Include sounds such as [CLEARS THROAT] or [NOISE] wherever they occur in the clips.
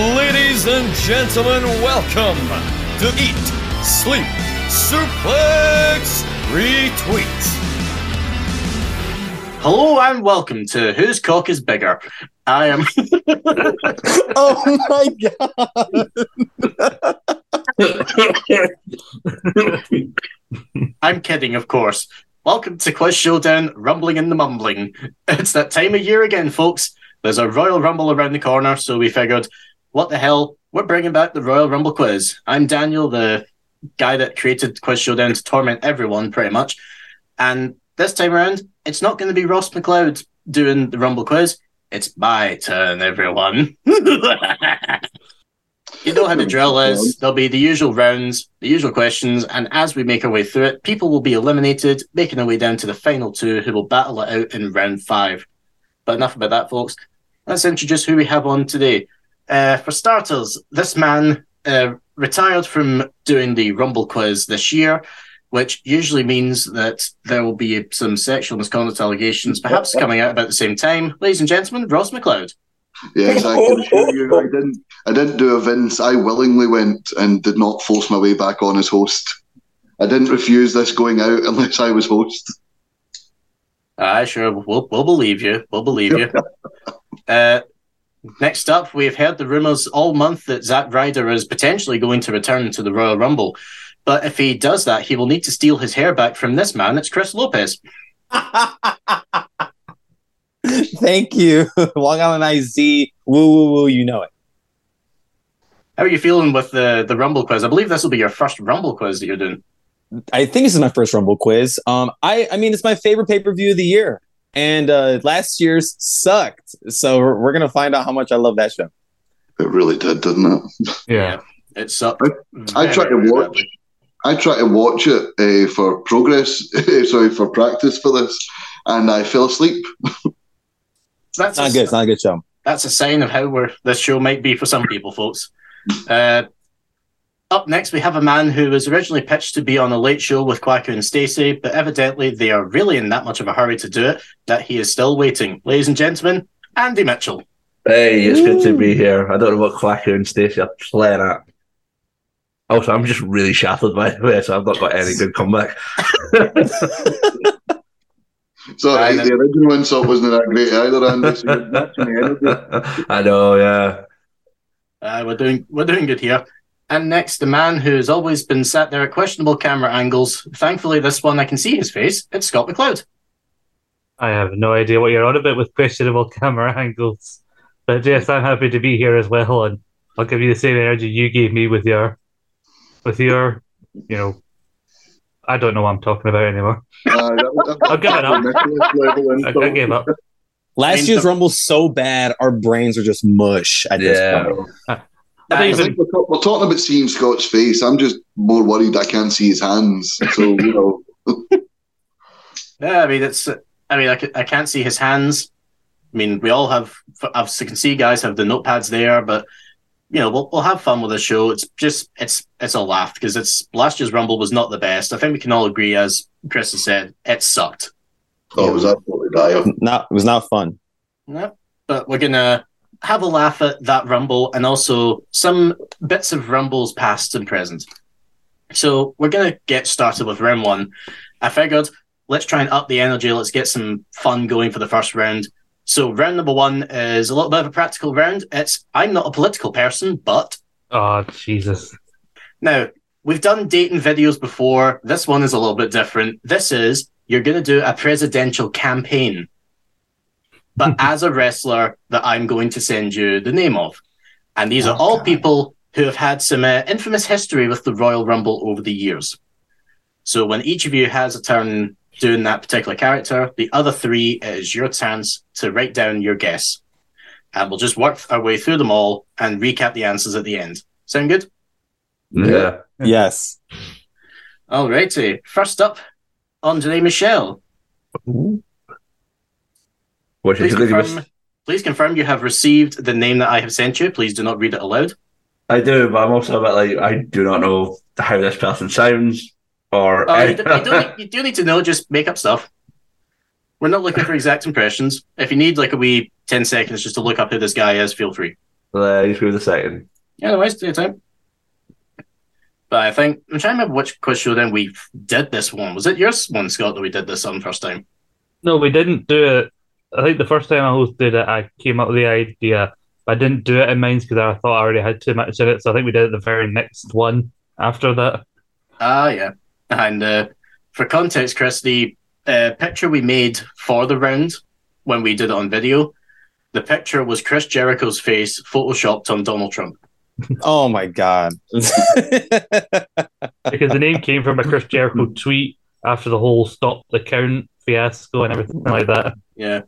Ladies and gentlemen, welcome to Eat, Sleep, Suplex, Retweet. Hello and welcome to Whose Cock is Bigger? I am [LAUGHS] Oh my god! I'm kidding, of course. Welcome to Quiz Showdown, Rumbling in the Mumbling. It's that time of year again, folks. There's a Royal Rumble around the corner, so we figured, what the hell? We're bringing back the Royal Rumble quiz. I'm Daniel, the guy that created Quiz Showdown to torment everyone, pretty much. And this time around, it's not going to be Ross McLeod doing the Rumble quiz. It's my turn, everyone. [LAUGHS] you know how the drill is. There'll be the usual rounds, the usual questions, and as we make our way through it, people will be eliminated, making their way down to the final two who will battle it out in round five. But enough about that, folks. Let's introduce who we have on today. Uh, for starters, this man uh, retired from doing the Rumble quiz this year, which usually means that there will be some sexual misconduct allegations perhaps coming out about the same time. Ladies and gentlemen, Ross McLeod. Yeah, exactly. I can assure you, I didn't. I didn't do a Vince. I willingly went and did not force my way back on as host. I didn't refuse this going out [LAUGHS] unless I was host. Aye, sure. We'll, we'll believe you. We'll believe you. uh, next up, we've heard the rumours all month that Zack Ryder is potentially going to return to the Royal Rumble. But if he does that, he will need to steal his hair back from this man. It's Chris Lopez. Thank you. [LAUGHS] Long Island IZ. Woo woo woo. You know it. How are you feeling with the, the Rumble quiz? I believe this will be your first Rumble quiz that you're doing. I think this is my first Rumble quiz. Um, I I mean it's my favorite pay per view of the year, and uh, last year's sucked. So we're, we're gonna find out how much I love that show. It really did, didn't it? Yeah. It's up. I tried to watch. I tried to watch it uh, for progress. [LAUGHS] eh, sorry, for practice for this, and I fell asleep. It's That's not good. It's not a good show. that's a sign of how we're, this show might be for some people, folks. Uh, up next, we have a man who was originally pitched to be on a late show with Quacko and Stacey, but evidently they are really in that much of a hurry to do it that he is still waiting. Ladies and gentlemen, Andy Mitchell. Hey, it's good to be here. I don't know what Quacker and Stacey are playing at. Also, I'm just really shattered by the way, so I've not got any good comeback. [LAUGHS] Sorry, Aye, eh, the original insult wasn't that great either, Andy. So you're matching the [LAUGHS] energy. I know, yeah. Uh, we're doing we're doing good here. And next, the man who has always been sat there at questionable camera angles. Thankfully, this one I can see his face. It's Scott McLeod. I have no idea what you're on about with questionable [LAUGHS] camera angles. But yes, I'm happy to be here as well, and I'll give you the same energy you gave me with your, with your, you know, I don't know what I'm talking about anymore. Aye, Uh, that was- that I've [LAUGHS] given up. was a Nicholas level I, insult. I gave up. Last Mean year's some- Rumble's so bad, our brains are just mush at this Yeah. point. I I don't even. think we're, talk- we're talking about seeing Scott's face. I'm just more worried I can't see his hands. So you know, Yeah, I mean it's. I mean, I, ca- I can't see his hands. I mean, we all have. I've, I can see guys have the notepads there, but you know, we'll, we'll have fun with the show. It's just it's it's a laugh because it's last year's Rumble was not the best. I think we can all agree, as Chris has said, it sucked. oh, it was absolutely dire. [LAUGHS] Not it was not fun. Yep. But we're gonna have a laugh at that Rumble and also some bits of Rumbles past and present. So we're gonna get started with round one. I figured let's try and up the energy. Let's get some fun going for the first round. So round number one is a little bit of a practical round. It's I'm not a political person, but Oh Jesus! now we've done dating videos before. This one is a little bit different. This is you're gonna do a presidential campaign but as a wrestler that I'm going to send you the name of. And these are Oh, all God. people who have had some uh, infamous history with the Royal Rumble over the years. So when each of you has a turn doing that particular character, the other three it is your chance to write down your guess. And we'll just work our way through them all and recap the answers at the end. Sound good? Yeah. Yes. Alrighty. First up, Andre Michel. Which Please is good. confirm, please confirm you have received the name that I have sent you. Please do not read it aloud. I do, but I'm also a bit like, I do not know how this person sounds or. Uh, you, do, you, [LAUGHS] do need, you do need to know, just make up stuff. We're not looking for exact impressions. If you need like a wee 10 seconds just to look up who this guy is, feel free. Uh, just give it a second. Yeah, the waste of your time. But I think I'm trying to remember which quiz show then we did this one. Was it yours one, Scott, that we did this on first time? No, we didn't do it. I think the first time I hosted it, I came up with the idea. I didn't do it in mine because I thought I already had too much of it. So I think we did it the very next one after that. Ah, yeah. And uh, for context, Chris, the uh, picture we made for the round when we did it on video, the picture was Chris Jericho's face photoshopped on Donald Trump. Oh my god. Because the name came from a Chris Jericho tweet after the whole stop the count fiasco and everything like that. Yeah.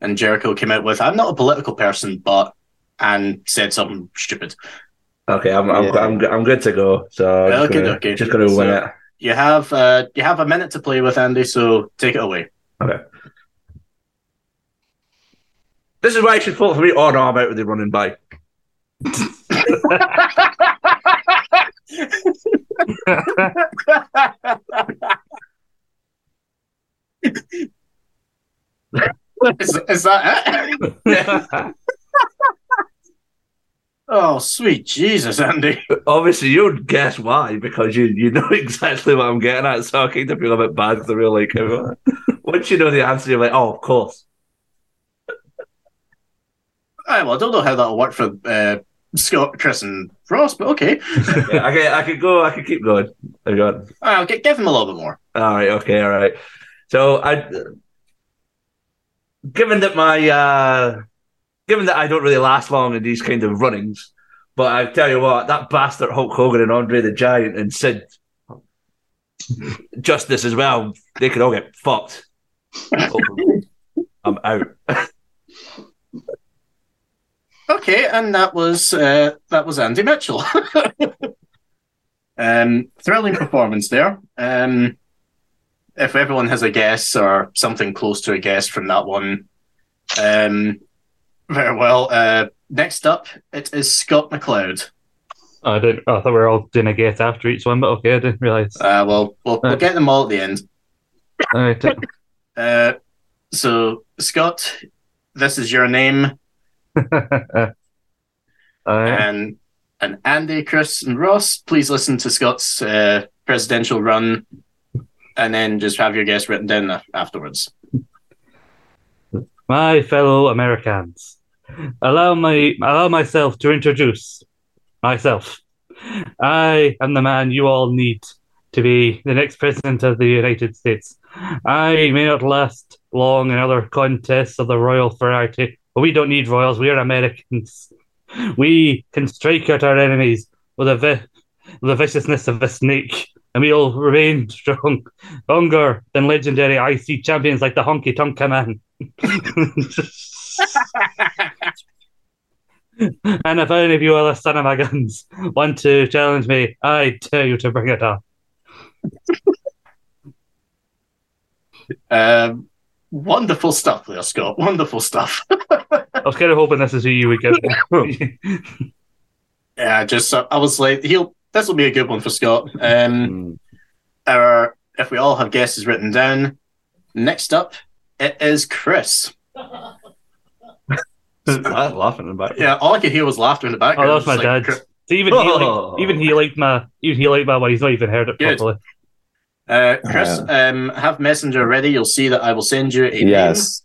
And Jericho came out with, I'm not a political person, but, and said something stupid. Okay, I'm I'm, Yeah. I'm, I'm good to go. So I'm just Okay, gonna, okay. just gonna win So- it. You have uh, you have a minute to play with Andy, so take it away. [LAUGHS] This is why you should vote for me. Oh no, I'm out with the running by. Is, is that it? [LAUGHS] Oh, sweet Jesus, Andy. Obviously, you'd guess why because you you know [LAUGHS] exactly what I'm getting at. So I kind of feel a bit bad because I feel like once you know the answer, you're like, oh, of course. Aye, well, I don't know how that'll work for uh, Scott, Chris, and Ross, but okay. yeah, okay, I could go. I could keep going. I've got. I'll g- give him a little bit more. All right. Okay. All right. So I, given that my, uh given that I don't really last long in these kind of runnings, but I tell you what, that bastard Hulk Hogan and Andre the Giant and Sid, Justice as well, they could all get fucked. Oh, I'm [LAUGHS] out. Okay, and that was uh, that was Andy Mitchell. [LAUGHS] um, thrilling performance there. Um, if everyone has a guess or something close to a guess from that one, um, very well. Uh, next up, it is Scott McLeod. Oh, I didn't. I thought we were all doing a guess after each one, but okay, I didn't realize. Uh, well, we'll, we'll get them all at the end. All right, [LAUGHS] Uh, so Scott, this is your name, all right. and and Andy, Chris, and Ross. Please listen to Scott's uh, presidential run, and then just have your guess written down a- afterwards. My fellow Americans, allow my allow myself to introduce myself. I am the man you all need to be the next president of the United States. I may not last long in other contests of the royal variety, but we don't need royals. We are Americans. We can strike at our enemies with a vi- with the viciousness of a snake, and we'll remain strong, stronger than legendary IC champions like the Honky Tonk Man. [LAUGHS] and if any of you other son of my guns want to challenge me, I dare you to bring it on. Um, wonderful stuff there, Scott. Wonderful stuff. [LAUGHS] I was kind of hoping this is who you would [LAUGHS] give. me. yeah, just uh, I was like, he'll. This will be a good one for Scott. Um, Mm. our if we all have guesses written down. Next up, it is Chris. I'm laughing about. [LAUGHS] Yeah, all I could hear was laughter in the oh, background. that was my It's like, dad. So even he liked, even he liked my even he liked my one. He's not even heard it Good. properly. Uh, Chris, um, have Messenger ready. You'll see that I will send you a Yes.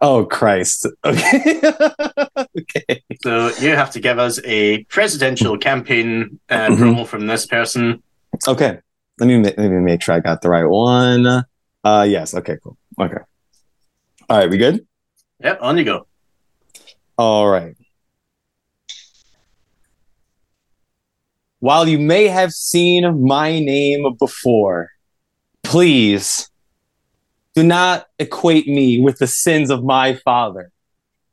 Oh Christ. Okay. [LAUGHS] okay. name. So you have to give us a presidential campaign uh, Mhm. promo from this person. Okay. Let me ma- let me make sure I got the right one. Uh yes, okay, cool. Okay. All right, we good? Yep, on you go. [LAUGHS] All right. While you may have seen my name before, please do not equate me with the sins of my father.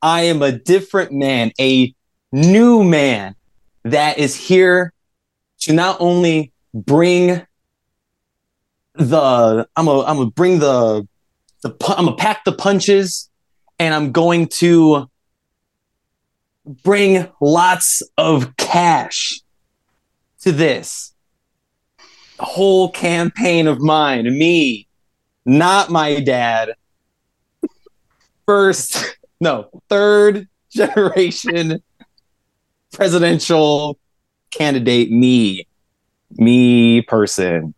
I am a different man, a new man that is here to not only bring the I'm a I'm gonna bring the the pu- I'm gonna pack the punches and I'm going to bring lots of cash to this whole campaign of mine. Me, not my dad. [LAUGHS] First, no, third generation presidential candidate, me, me person.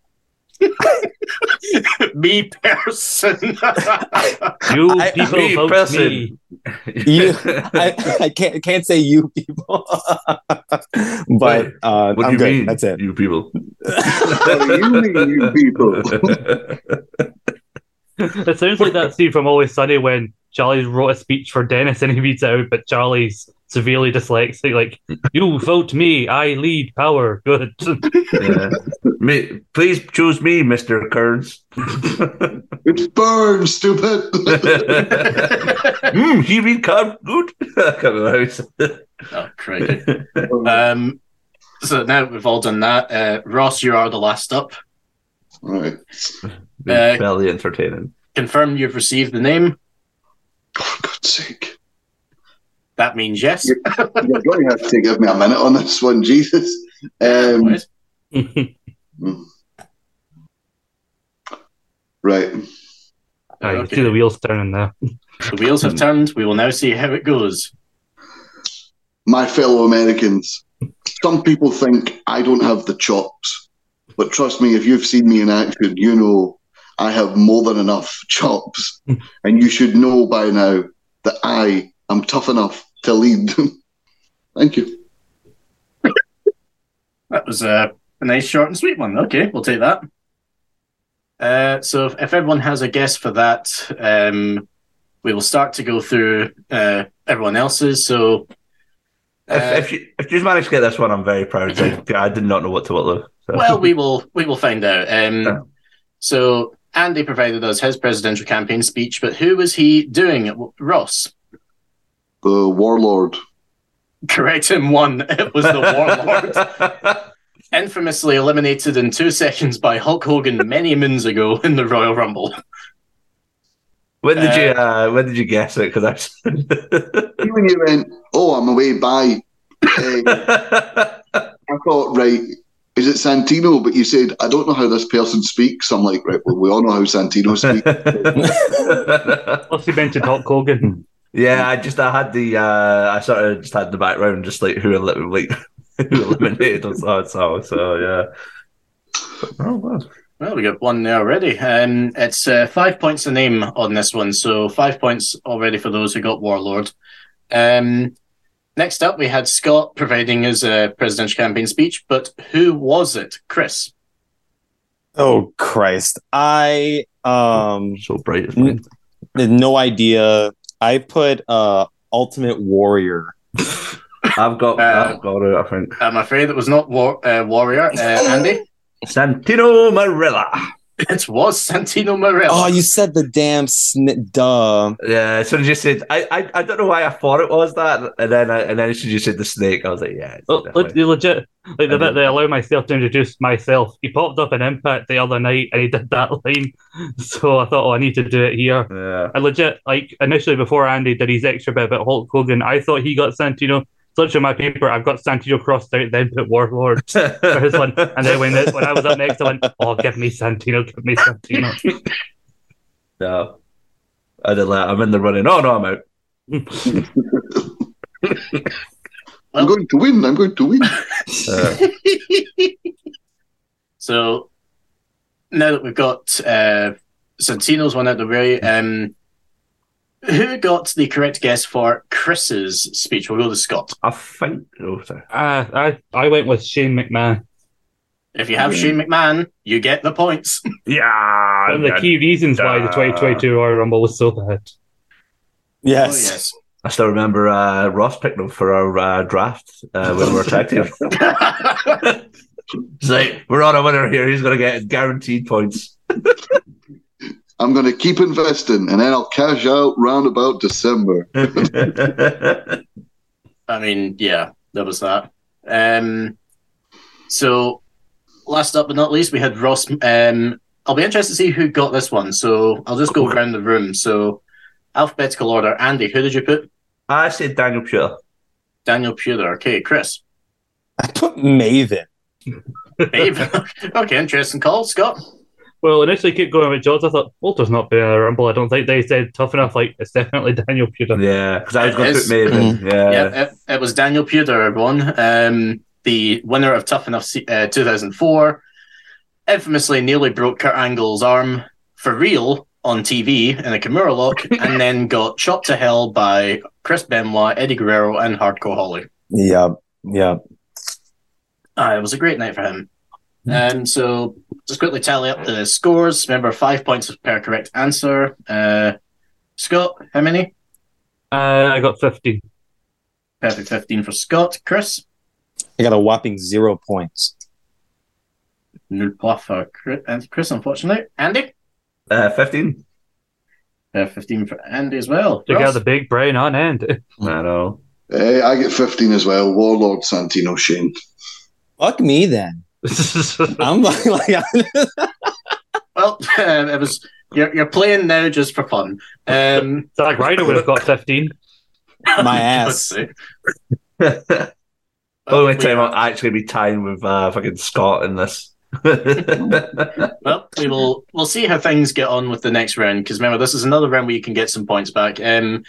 me person. [LAUGHS] Oh, You I- people me, vote person. me. You, I, I can't can't say you people, [LAUGHS] but uh, what do I'm you good. mean? That's it. You [LAUGHS] people. you mean you people? [LAUGHS] It sounds like that scene from Always Sunny when Charlie's wrote a speech for Dennis and he reads it out, but Charlie's severely dyslexic. Like, you vote me, I lead power. Good. [LAUGHS] [LAUGHS] Yeah. me, please choose me, Mister Kearns. Hmm, It's burn, [LAUGHS] stupid. mm, he read card good. [LAUGHS] I can't remember how he said it. oh, crikey. Um, so now we've all done that. Uh, Ross, you are the last up. right. Uh, Fairly entertaining. Confirm you've received the name. For God's sake. That means yes. Yep. You're going to have to give me a minute on this one, Jesus. Um, Otherwise- right. I can Okay. see the wheels turning there. The wheels have turned. We will now see how it goes. My fellow Americans, some people think I don't have the chops, but trust me, if you've seen me in action, you know I have more than enough [LAUGHS] chops. and you should know by now that I am tough enough to lead. Thank you. That was uh, a nice, short, and sweet one. Okay, we'll take that. Uh, so, if, if everyone has a guess for that, um, we will start to go through uh, everyone else's. So, uh, if, if you if you managed to get this one, I'm very proud. [LAUGHS] Like, I did not know what to what though. So. uh, well, [LAUGHS] we will we will find out. Yeah. Um, so, Andy provided us his presidential campaign speech, but who was he doing? it? Ross, The warlord. correct him. One, it was the warlord. [LAUGHS] infamously eliminated in two seconds by Hulk Hogan many moons ago in the Royal Rumble. when did you uh, when did you guess it? Because I. Was... When you went, oh, I'm away, bye. Eh, I thought, right, is it Santino? But you said, I don't know how this person speaks. I'm like, right, well, we all know how Santino speaks. [LAUGHS] [LAUGHS] Plus, he mentioned Hulk Hogan. yeah, I just I had the uh, I sort of just had the background, just like who elim- like [LAUGHS] who eliminated us all. So, so yeah. Oh, wow. Well, we got one there already. Um, it's uh, five points a name on this one, so five points already for those who got Warlord. Um, next up, we had Scott providing his uh, presidential campaign speech, but who was it? Chris. Oh Christ! I um so bright. It's Mm. had no idea. I put uh Ultimate Warrior. I've got Uh, I've got it. I think I'm afraid it was not war- uh, Warrior. [LAUGHS] Uh, Andy, Santino Marella. it was Santino Morella. Oh, you said the damn sn- duh. Yeah, as soon as you said, I, I I don't know why I thought it was that, and then I, and then as soon as you said the snake, I was like, yeah. it's Oh, le- definitely- the legit, like the I bit did. that I allow myself to introduce myself. He popped up in Impact the other night and he did that [LAUGHS] line. So I thought, oh, I need to do it here. [LAUGHS] Yeah. I legit, like, initially before Andy did his extra bit about Hulk Hogan, I thought he got Santino. So it's on my paper, I've got Santino crossed out, then put Warlord for his [LAUGHS] one. And then when, when I was up next, I went, oh, give me Santino, give me Santino. No. I did that. I'm in the running. Oh no, I'm out. I'm going to win. I'm going to win. Uh, So now that we've got uh, Santino's one out of the way, um, who got the correct guess for Chris's speech? We'll go to Scott. I think. Oh, sorry. Uh, I, I went with Shane McMahon. If you have Shane McMahon, you get the points. Yeah. One of the yeah. key reasons why the 2022 Royal Rumble was so bad. Yes. I still remember uh, Ross picked them for our uh, draft uh, when we were tag team. Oh, yes. He's like, we're on a winner here. He's going to get guaranteed points. [LAUGHS] I'm going to keep investing and then I'll cash out round about December. yeah. I mean, yeah, that was that. Um, so last up but not least, we had Ross. Um, I'll be interested to see who got this one. So I'll just go around the room. So alphabetical order. Andy, who did you put? I said Daniel Pewter. Daniel Pewter. Okay, Chris. I put Maven. [LAUGHS] Dave. okay, interesting call, Scott. Well, initially keep going with Jaws. I thought Walter's not been in a rumble. I don't think they said tough enough. Like it's definitely [LAUGHS] Daniel Pewter. Yeah, because I was going to It's- put Maiden. Yeah. yeah, it, it was Daniel Pewter, everyone. Um, the winner of Tough Enough se- uh, 2004 infamously nearly broke Kurt Angle's arm for real on TV in a Kimura lock and then got chopped to hell by Chris Benoit, Eddie Guerrero, and Hardcore Holly. Yep. Yep. Uh, it was a great night for him. Um, so just quickly tally up the scores. Remember, five points per correct answer. Uh, Scott, how many? Uh, I got fifteen. Perfect 15 for Scott. Chris? I got a whopping zero points. Null plus for Chris, and Chris, unfortunately. Andy? Uh, 15? Uh, 15 for Andy as well. They got Ross? the big brain on end. [LAUGHS] I know. Eh, I get 15 as well. Warlord Santino Shane. [SIGHS] Fuck me then. I'm like, [LAUGHS] like Well, [LAUGHS] um, it was you're, you're playing now just for fun. [LAUGHS] Um, Zack Ryder would have got fifteen. my let's ass. see. Only Uh, we- time I'll actually be tying with uh, fucking Scott in this. [LAUGHS] yeah, Well, we will we'll see how things get on with the next round because remember this is another round where you can get some points back. Um,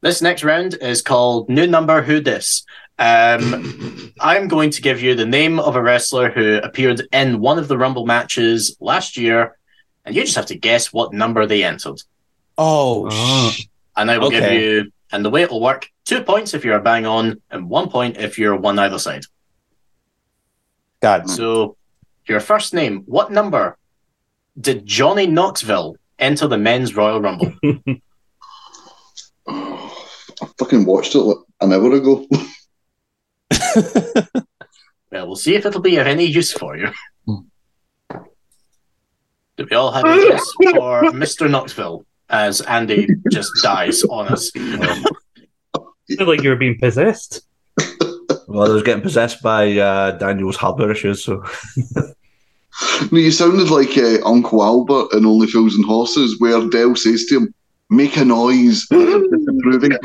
this next round is called New Number Who This. Um, I'm going to give you the name of a wrestler who appeared in one of the Rumble matches last year, and you just have to guess what number they entered. Oh, Oh. sh- And I will Okay. give you, and the way it will work: two points if you're a bang on, and one point if you're one either side. God. So, your first name, what number did Johnny Knoxville enter the men's Royal Rumble? Oh, I fucking watched it like an hour ago. [LAUGHS] well, we'll see if it'll be of any use for you. Do we all have a guess for Mr. Knoxville as Andy just dies on us? I feel like you were being possessed. well, I was getting possessed by uh, Daniel's hardware issues, so No, you sounded like uh, Uncle Albert in Only Fools and Horses, where Dell says to him, "Make a noise," [LAUGHS] disapproving. [LAUGHS] [LAUGHS] yeah.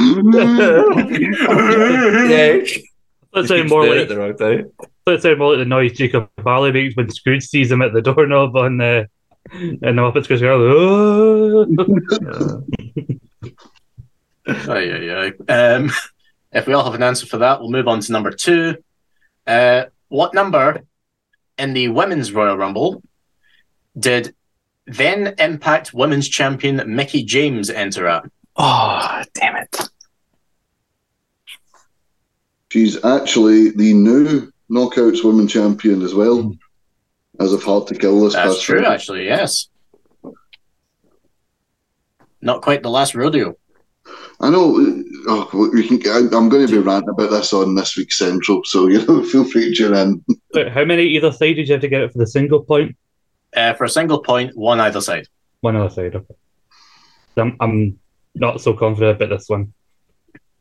That sounded more Did it like the wrong time. that sounded more like the noise Jacob Marley makes when Scrooge sees him at the doorknob on the and the Muppets goes [LAUGHS] oh. Aye, aye, aye. Oh, Um, [LAUGHS] if we all have an answer for that, we'll move on to number two. Uh, what number in the Women's Royal Rumble did then Impact Women's Champion Mickey James enter at? Oh, damn it. She's actually the new Knockouts Women Champion as well, as of Hard to Kill this That's past true, Friday. actually, yes. Not quite the last rodeo. I know. uh, Oh, well, we can. I, I'm going to be ranting about this on this week's Central, so [LAUGHS] you know, feel free to tune in. Wait, how many either side did you have to get it for the single point? Uh, for a single point, one either side. One other side. Okay. I'm, I'm not so confident about this one.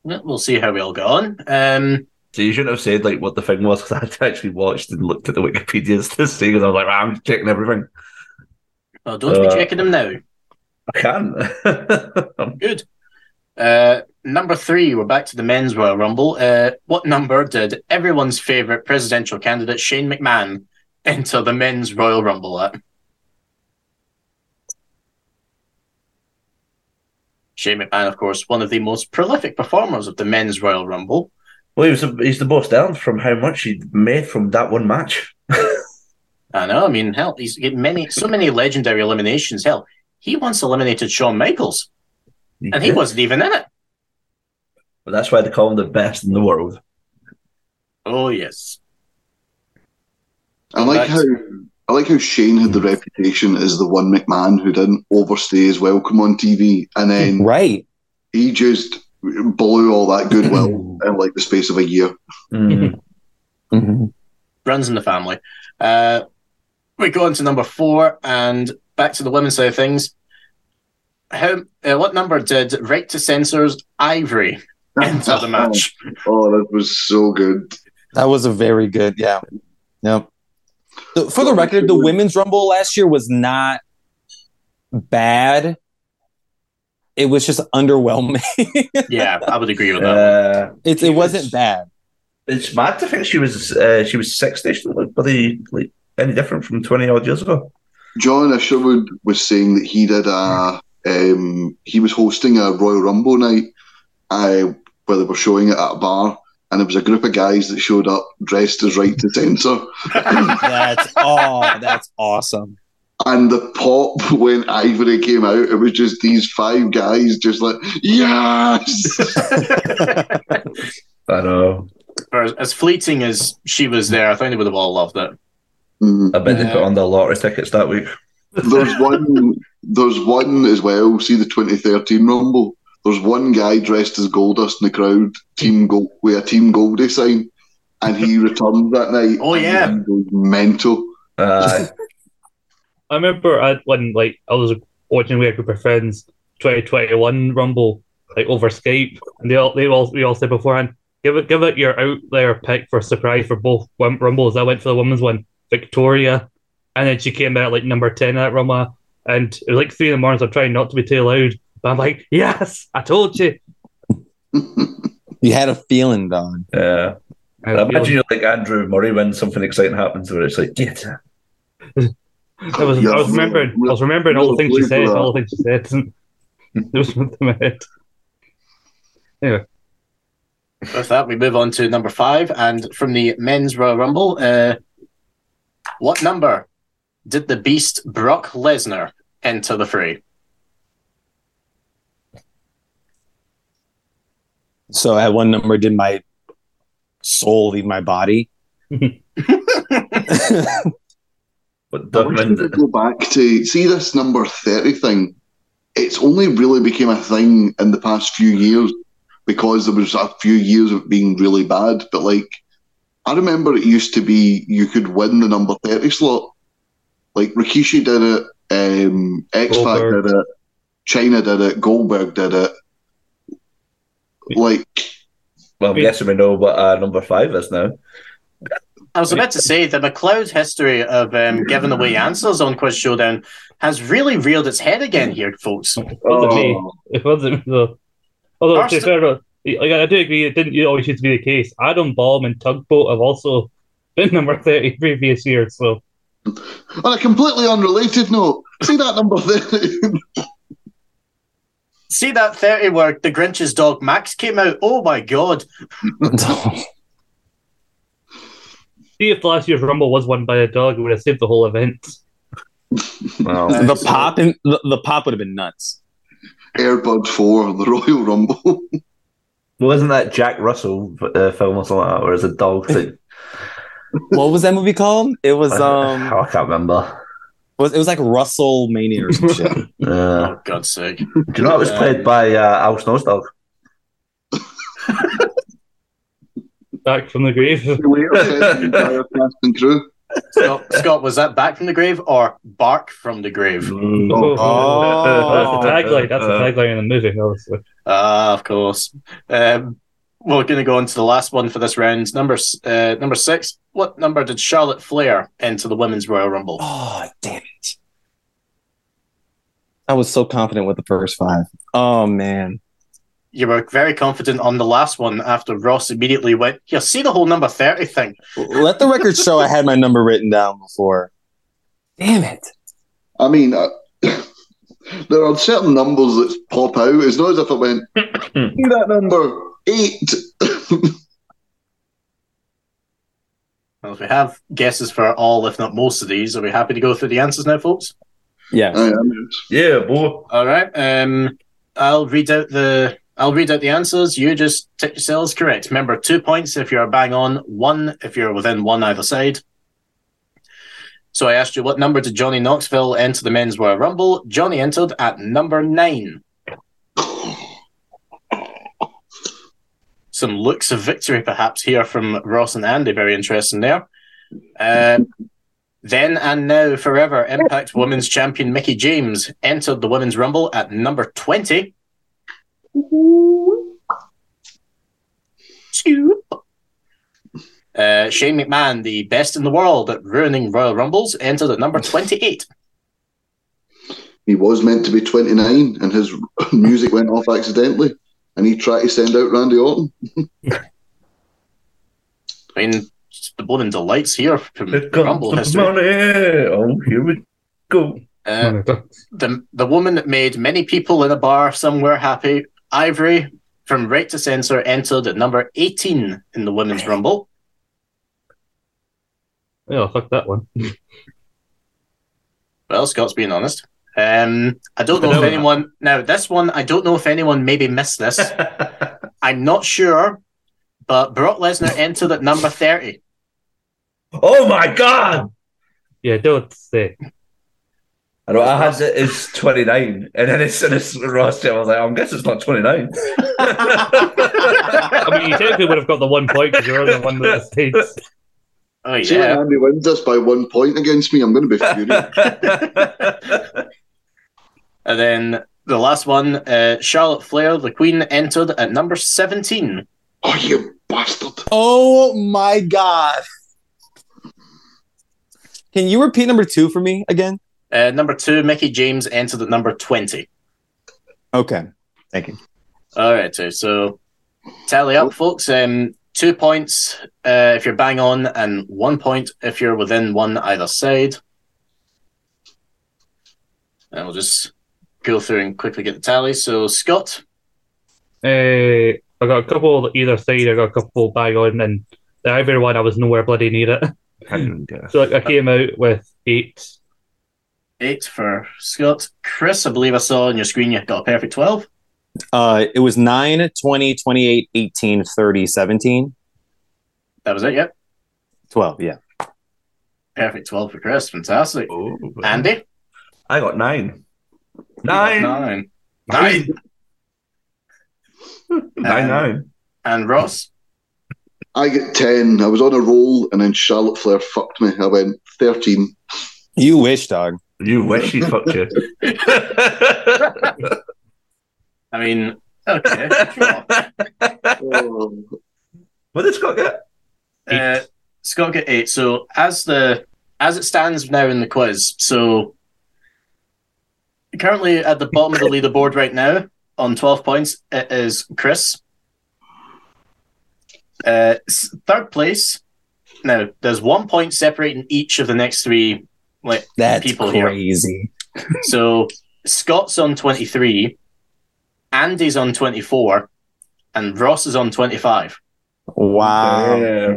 Well, We'll see how we all get on. Um, So you shouldn't have said like what the thing was because I had actually watched and looked at the Wikipedia's [LAUGHS] to see because I was like, "Right, I'm checking everything. well, oh, don't be Uh, checking them now. I can. Good. Uh, number three, we're back to the men's Royal Rumble. Uh, what number did everyone's favorite presidential candidate Shane McMahon enter the men's Royal Rumble at? Shane McMahon, of course, one of the most prolific performers of the men's Royal Rumble. [LAUGHS] well, he was the, he's the most down from how much he made from that one match. I know. I mean, hell, he's got many, so many legendary eliminations. Hell, he once eliminated Shawn Michaels, and he wasn't even in it. But that's why they call him the best in the world. Oh yes, I like Right. how I like how Shane had the reputation as the one McMahon who didn't overstay his welcome on TV, and then Right. he just blew all [LAUGHS] [CLEARS THROAT] that goodwill in like the space of a year. [LAUGHS] Mm. Mhm. runs in the family. Uh, we go on to number four, and back to the women's side of things. How? Uh, what number did Right to Censor's Ivory enter [LAUGHS] the match? Oh, that was so good. That was a very good. Yeah. Yep. So, for the record, the women's rumble last year was not bad. It was just underwhelming. yeah, I would agree with that. Uh, It, it wasn't bad. it's mad to think she was uh, she was sixty. She didn't look bloody like any different from twenty odd years ago. John I. Sherwood was saying that he did a um, he was hosting a Royal Rumble night uh, where they were showing it at a bar, and there was a group of guys that showed up dressed as Right to Censor, [LAUGHS] [LAUGHS] That's oh, that's awesome. and the pop [LAUGHS] when Ivory came out, it was just these five guys just like yes. I know. Or as, as fleeting as she was there, I think they would have all loved it. Mm. I bet they Yeah. put on the lottery tickets that week. There's one. There's one as well. See the 2013 Rumble. There's one guy dressed as Goldust in the crowd, team gold with a Team Goldie sign, and he returned that night. Oh, and yeah. he was mental. [LAUGHS] Uh, I remember I, when like I was watching with a group of friends, 2021 Rumble, like over Skype, and they all they all we all said beforehand, give it give it your out there pick for surprise for both Wum- Rumbles. I went for the women's one, Victoria, and then she came out at, like number ten at Rumble, and it was like three in the morning. So I'm trying not to be too loud, but I'm like, yes, I told you. You had a feeling, Don. yeah. I imagine you're like Andrew Murray when something exciting happens where it's like, get up. I was, I was remembering. I was remembering all the things she said. All the things she said. [LAUGHS] It was in my head. With that, we move on to number five, and from the men's Royal Rumble, uh, what number did the Beast Brock Lesnar enter the fray? So at one number, did my soul leave my body? [LAUGHS] But I don't wish we mind could the- go back to see this number 30 thing. It's only really became a thing in the past few years because there was a few years of it being really bad. But like, I remember it used to be you could win the number 30 slot. Like Rikishi did it, um, X Factor Goldberg. did it, China did it, Goldberg did it. Like, well, I'm guessing we know what uh, number five is now. I was about to say the McLeod history of um, giving away answers on Quiz Showdown has really reared its head again here, folks. Oh. Wasn't me. It wasn't me though. Although to be Arsenal- fair though, like, I do agree it didn't always used to be the case. Adam Baum and Tugboat have also been [LAUGHS] number thirty previous years, so on a completely unrelated note, see that number 30? See that 30 where the Grinch's dog Max came out? Oh my god. see if last year's Rumble was won by a dog, it would have saved the whole event. [LAUGHS] [LAUGHS] Well, the pop and the, the pop would have been nuts. [LAUGHS] Airbud 4, the Royal Rumble. wasn't that Jack Russell uh, film or something like that, where it's a [LAUGHS] dog thing? What was that movie called? It [LAUGHS] was um, [LAUGHS] I can't remember. was it was like Russell Mania or some [LAUGHS] shit. Uh, Oh, God's sake. do you know it was played by uh, Al Snow's dog? Back from the grave. [LAUGHS] Later, the entire cast and crew. Scott, Scott, was that back from the grave or bark from the grave? Oh. that's the tagline. That's the tagline in the movie, obviously. Ah, of course. Um, we're going to go on to the last one for this round. Number s- uh, number six. What number did Charlotte Flair enter the Women's Royal Rumble? Oh, damn it. I was so confident with the first five. Oh man. You were very confident on the last one after Ross immediately went, Yeah, see the whole number 30 thing. Let the record show I had my number written down before. Damn it. I mean, uh, [LAUGHS] there are certain numbers that pop out. It's not as if I went, see that number, eight. [LAUGHS] Well, if we have guesses for all, if not most of these, are we happy to go through the answers now, folks? Yeah. I am- Yeah, boy. All right. Um, I'll read out the. I'll read out the answers. You just tick yourselves correct. Remember, two points if you're bang on, one if you're within one either side. So I asked you what number did Johnny Knoxville enter the men's Royal Rumble? Johnny entered at number nine. Some looks of victory, perhaps, here from Ross and Andy. Very interesting there. Um, then and now forever, Impact Women's Champion Mickey James entered the Women's Rumble at number 20. Two. Uh, Shane McMahon, the best in the world at ruining Royal Rumbles, entered at number 28. He was meant to be 29 and his [LAUGHS] music went off accidentally. And he tried to send out Randy Orton. I mean, just the blooming delights here from Here comes Rumble the history. money. Oh, here we Go. Uh, [LAUGHS] the the woman that made many people in a bar somewhere happy, Ivory from right to censor entered at number eighteen in the women's rumble. Oh, fuck that one. Well, Scott's being honest. Um, I don't know No. if anyone now this one. I don't know if anyone maybe missed [LAUGHS] this. I'm not sure, but Brock Lesnar entered at number thirty. [LAUGHS] oh my god! Yeah, don't say. I know I had it as 29, and then as soon as Ross said, I was like, I'm guessing it's [LAUGHS] not [LAUGHS] 29. I mean, you technically would have got the one point because you're the one that states. Oh See when yeah, Andy wins this by one point against me, I'm going to be furious. [LAUGHS] and then the last one, uh, Charlotte Flair, the Queen, entered at number seventeen. oh, you bastard! Oh my god. Can you repeat number two for me again? Uh, number two, Mickey James entered at number twenty. Okay. All right, so, so tally up, folks. Um, two points uh, if you're bang on, and one point if you're within one either side. And we'll just go through and quickly get the tally. So Scott, Uh, I got a couple that either side. I got a couple bang on, and the Ivory one I was nowhere bloody near it. So like, I came out with eight. eight for Scott. Chris, I believe I saw on your screen you got a perfect twelve. Uh, it was 9, 20, 28, 18, 30, 17, That was it. Yep, 12. Yeah. perfect twelve for Chris. Oh, Fantastic. Andy, You I got nine. got Nine. Nine, nine, nine. Um, and Ross. I get ten. I was on a roll, and then Charlotte Flair fucked me. I went thirteen. You wish, dog. You wish he fucked you. I mean, okay, [LAUGHS] sure. Oh, [LAUGHS] what did Scott get? Uh, Scott got eight. So as the as it stands now in the quiz, so currently at the [LAUGHS] bottom of the leaderboard right now on twelve points it is Chris. Uh, s- third place. Now there's one point separating each of the next three. Like That's People here. crazy. so, Scott's on twenty three, Andy's on twenty four, and Ross is on twenty five. Wow. Yeah.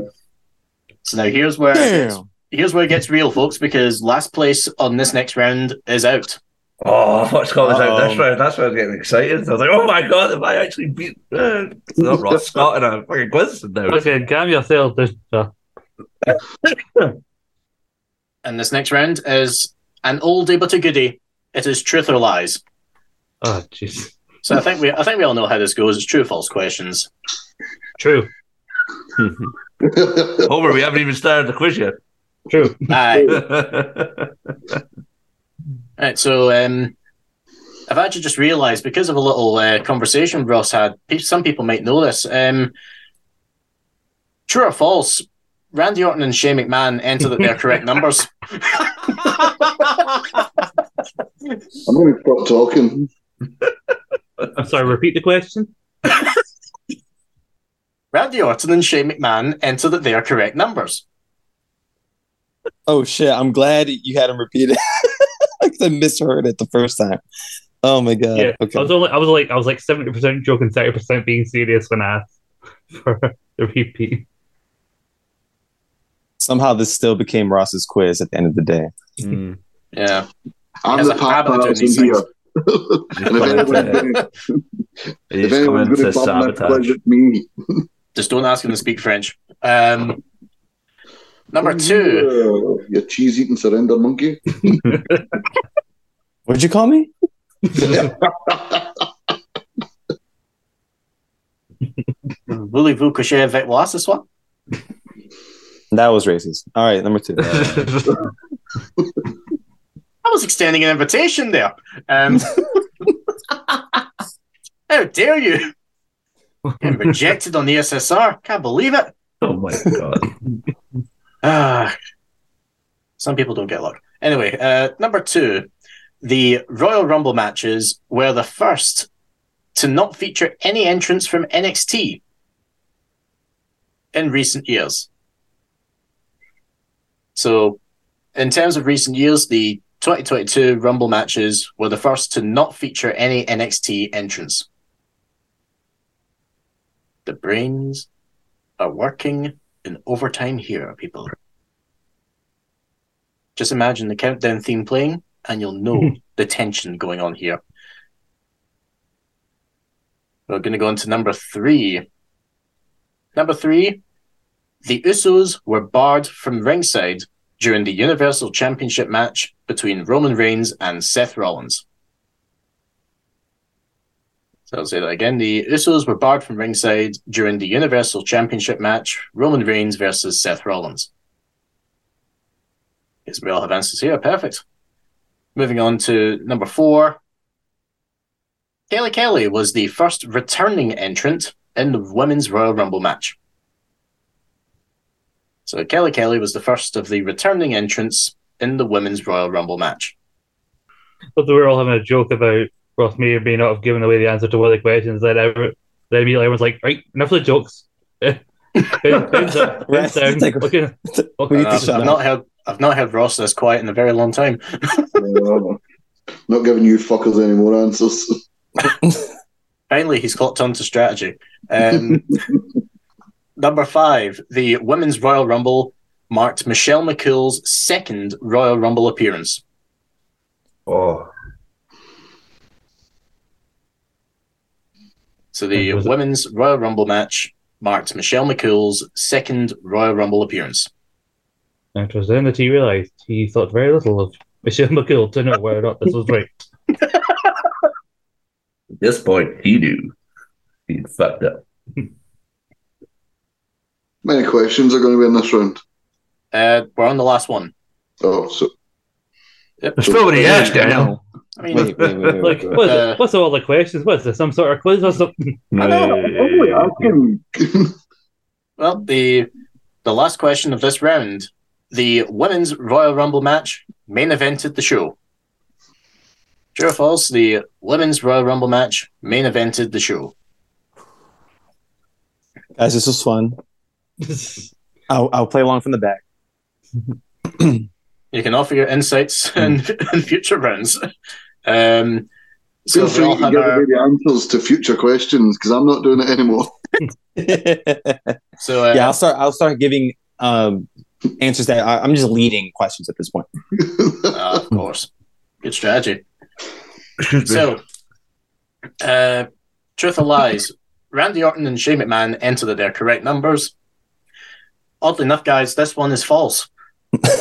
So now here's where it gets- Damn. Here's where it gets real, folks, because last place on this next round is out. Oh, I thought Scott was out this Uh-oh. round. That's why I was getting excited. I was like, oh my god, have I actually beat uh, not Ross Scott in a fucking quiz [LAUGHS] now? Okay, calm yourself. There's- uh, And this next round is an oldie but a goodie. It is truth or lies. Oh, jeez. So I think we I think we all know how this goes. It's true or false questions. True. Homer, we haven't even started the quiz yet. True. Aye. oh, Right, so um, I've actually just realised because of a little uh, conversation Ross had. pe- Some people might know this. Um, true or false? Randy Orton and Shane McMahon enter that they're correct numbers. I'm going to stop talking. I'm sorry. Repeat the question. Randy Orton and Shane McMahon enter that they are correct numbers. Oh, shit. I'm glad you had him repeat it. [LAUGHS] 'Cause I misheard it the first time. Oh, my God. yeah. Okay. I was only. I was like. I was like seventy percent joking, thirty percent being serious when asked for the repeat. Somehow this still became Ross's quiz at the end of the day. [LAUGHS] Yeah. I'm As the a habit of papa doing that's in these here. and if anyone's, if anyone's going to bomb that quiz, it's me. Just don't ask him to speak French. Um, number Mm-hmm. two, Yeah, you cheese-eating surrender monkey. [LAUGHS] What'd you call me? voulez-vous coucher avec moi ce soir? That was racist. All right. Number [LAUGHS] two. [LAUGHS] I was extending an invitation there. Um, how dare you? Getting rejected on the SSR. Can't believe it. oh my god. Ah, some people don't get luck. Anyway, uh, number two, the Royal Rumble matches were the first to not feature any entrance from NXT in recent years. So, in terms of recent years, the 2022 Rumble matches were the first to not feature any NXT entrance. The brains are working in overtime here, people. Just imagine the countdown theme playing, and you'll know the tension going on here. We're going to go on to number three. Number three, the Usos were barred from ringside during the Universal Championship match between Roman Reigns and Seth Rollins. So I'll say that again. The Usos were barred from ringside during the Universal Championship match, Roman Reigns versus Seth Rollins. Guess we all have answers here. Perfect. Moving on to number four. Kelly Kelly was the first returning entrant in the Women's Royal Rumble match. So Kelly Kelly was the first of the returning entrants in the Women's Royal Rumble match. But we were all having a joke about Ross may or may not have given away the answer to one of the questions. Then, every, then immediately everyone's like, right, enough of the jokes. [LAUGHS] Bounce up, bounce down, It's like- look at- look we need at to shut I've, I've that. up. not heard I've not heard Ross this quiet in a very long time. Uh, not giving you fuckers any more answers. Finally, he's clocked on to strategy. [LAUGHS] Um, number five, the Women's Royal Rumble marked Michelle McCool's second Royal Rumble appearance. Oh, So the Was it- Women's Royal Rumble match marked Michelle McCool's second Royal Rumble appearance. And it was then that he realised he thought very little of Michelle McGill to know whether or not this was right. at this point, he knew he'd fucked up. Many questions are going to be in this round. Uh, we're on the last one. Oh, so Yep. There's nobody asked, Daniel. I mean, Wait, wait, wait, wait, Like, [LAUGHS] wait. what is Uh, it? what's all the questions? What's this? Some sort of quiz or something? No, well, the the last question of this round, the Women's Royal Rumble match main evented the show. True or false? The Women's Royal Rumble match main evented the show. Guys, this was fun. I'll, I'll play along from the back. You can offer your insights [LAUGHS] in, Hmm. in future rounds. Um, so uh, feel we free all to have give our, away the answers to future questions because I'm not doing it anymore. [LAUGHS] yeah, so uh, I'll start. I'll start giving um, answers that I, I'm just leading questions at this point. ah, of course, good strategy. Excuse me. So, uh, truth or lies? [LAUGHS] Randy Orton and Shane McMahon entered their correct numbers. Oddly enough, guys, this one is false. What?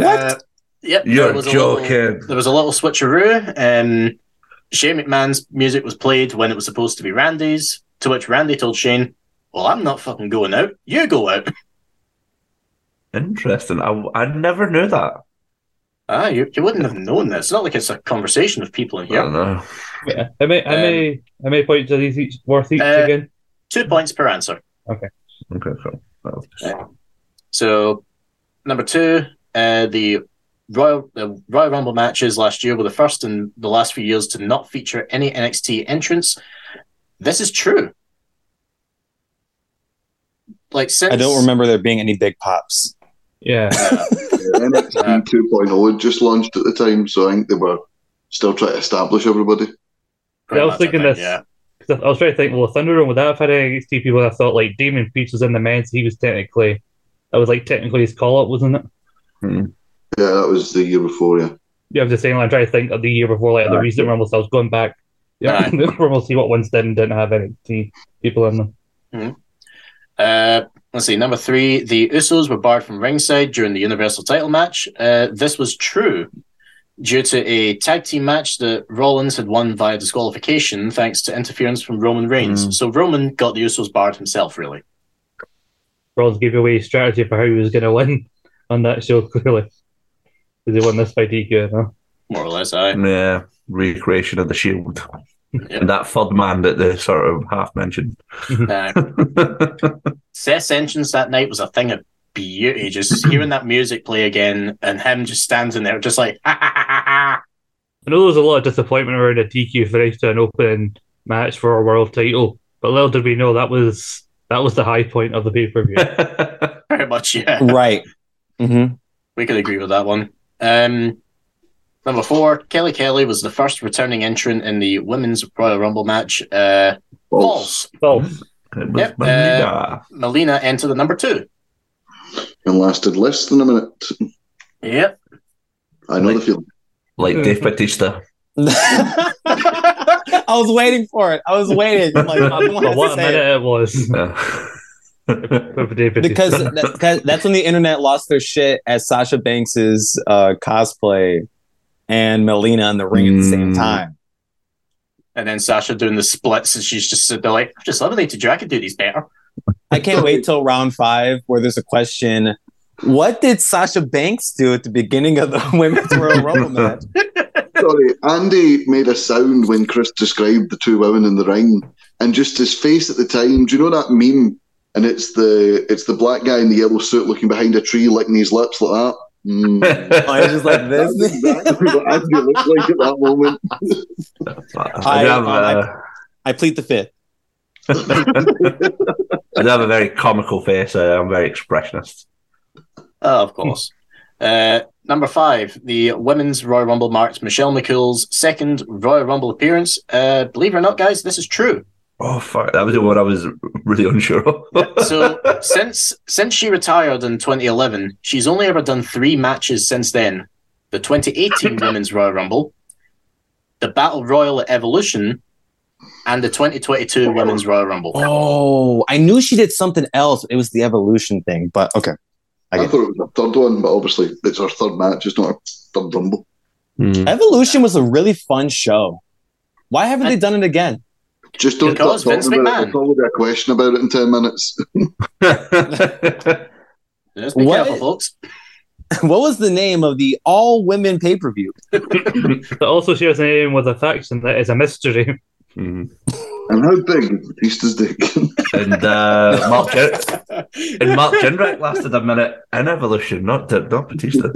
Uh, yep, there You're was a joking. Little, there was a little switcheroo. Um, Shane McMahon's music was played when it was supposed to be Randy's. To which Randy told Shane, "Well, I'm not fucking going out. You go out. Interesting. I, I never knew that. Ah, you, you wouldn't have known this. It's not like it's a conversation of people in I don't here. know. Yeah. How many, how, many, how many points are these each worth each Uh, again? Two points per answer." Okay, cool. That was just- So, number two, uh, the Royal the Royal Rumble matches last year were the first in the last few years to not feature any NXT entrants. This is true. Like since I don't remember there being any big pops. Yeah. Uh, NXT 2.0 had just launched at the time, so I think they were still trying to establish everybody. pretty [LAUGHS] I was much, thinking think, this. Yeah, 'Cause I I was trying to think, well, if Thunderdome would that have had any NXT people? I thought like Damon Priest was in the men's. He was technically, that was like technically his call up, wasn't it? Yeah, that was the year before, yeah. Yeah, I'm just saying. Like, I'm trying to think of the year before, like the recent Rumble. So I was going back. [LAUGHS] Yeah, we'll see what ones did and didn't have NXT people in them. Uh, let's see. Number three, the Usos were barred from ringside during the Universal title match. Uh, this was true due to a tag team match that Rollins had won via disqualification thanks to interference from Roman Reigns. Mm. So Roman got the Usos barred himself, really. Rollins gave away his strategy for how he was going to win on that show. [LAUGHS] Clearly, because he won this by DQ. No? More or less, I. yeah, uh, recreation of the shield. Yeah. And that third man that they sort of half mentioned. [LAUGHS] Uh, Seth's entrance that night was a thing of beauty. Just hearing that music play again and him just standing there, just like, [LAUGHS] "Ah, ha, ha, ha, ha, ha. I know there was a lot of disappointment around a DQ finish to an open match for a world title, but little did we know that was that was the high [LAUGHS] point of the pay per view. ah," very much, yeah. right. hmm We could agree with that one. Um, number four, Kelly Kelly was the first returning entrant in the women's Royal Rumble match. Uh, False. false. False. It was Yep, uh, Maria. Melina entered the number two. And lasted less than a minute. Yep. I know the Like- feeling. like Dave [LAUGHS] Batista. [LAUGHS] I was waiting for it. I was waiting. I'm like, I But wanted But to what a say it. minute it was. [LAUGHS] Yeah. Over David because that, 'cause that's when the internet lost their shit at Sasha Banks's uh, cosplay and Melina in the ring at the same Mm. time. And then Sasha doing the splits, and she's just sitting there like, I've just eliminated you. I can do these better. I can't wait till round five where there's a question. What did Sasha Banks do at the beginning of the [LAUGHS] Women's Royal [LAUGHS] Rumble match? Sorry, Andy made a sound when Chris described the two women in the ring, and just his face at the time. Do you know that meme? And it's the it's the black guy in the yellow suit looking behind a tree, licking his lips like that. [LAUGHS] Mm. Oh, it was just like That's this. exactly what Andy looked like at that moment. [LAUGHS] I, do have, uh, [LAUGHS] I plead the fifth. I do have a very comical face. Uh, I'm very expressionist. Oh, of course. uh, number five, the women's Royal Rumble marked Michelle McCool's second Royal Rumble appearance. Uh, believe it or not, guys, this is true. Oh fuck! That was the one I was really unsure of. So since since she retired in 2011, she's only ever done three matches since then: the 2018 Women's Royal Rumble, the Battle Royal at Evolution, and the 2022 Women's Royal Rumble. Oh, I knew she did something else. It was the evolution thing, but okay. I, Okay. thought it was a third one, but obviously it's our third match. It's not our third Rumble. Mm. Mm. Evolution was a really fun show. Why haven't they done it again? [LAUGHS] Just don't Because start Vince talking McMahon. about it. There'll probably be a question about it in ten minutes. Just be What? careful, folks. what was the name of the all women pay per view? That also shares a name with a faction that is a mystery. [LAUGHS] [LAUGHS] Mm. and how big is Batista's dick? [LAUGHS] and uh, Mark Jen- and Mark Jindrak lasted a minute in Evolution, not not Batista.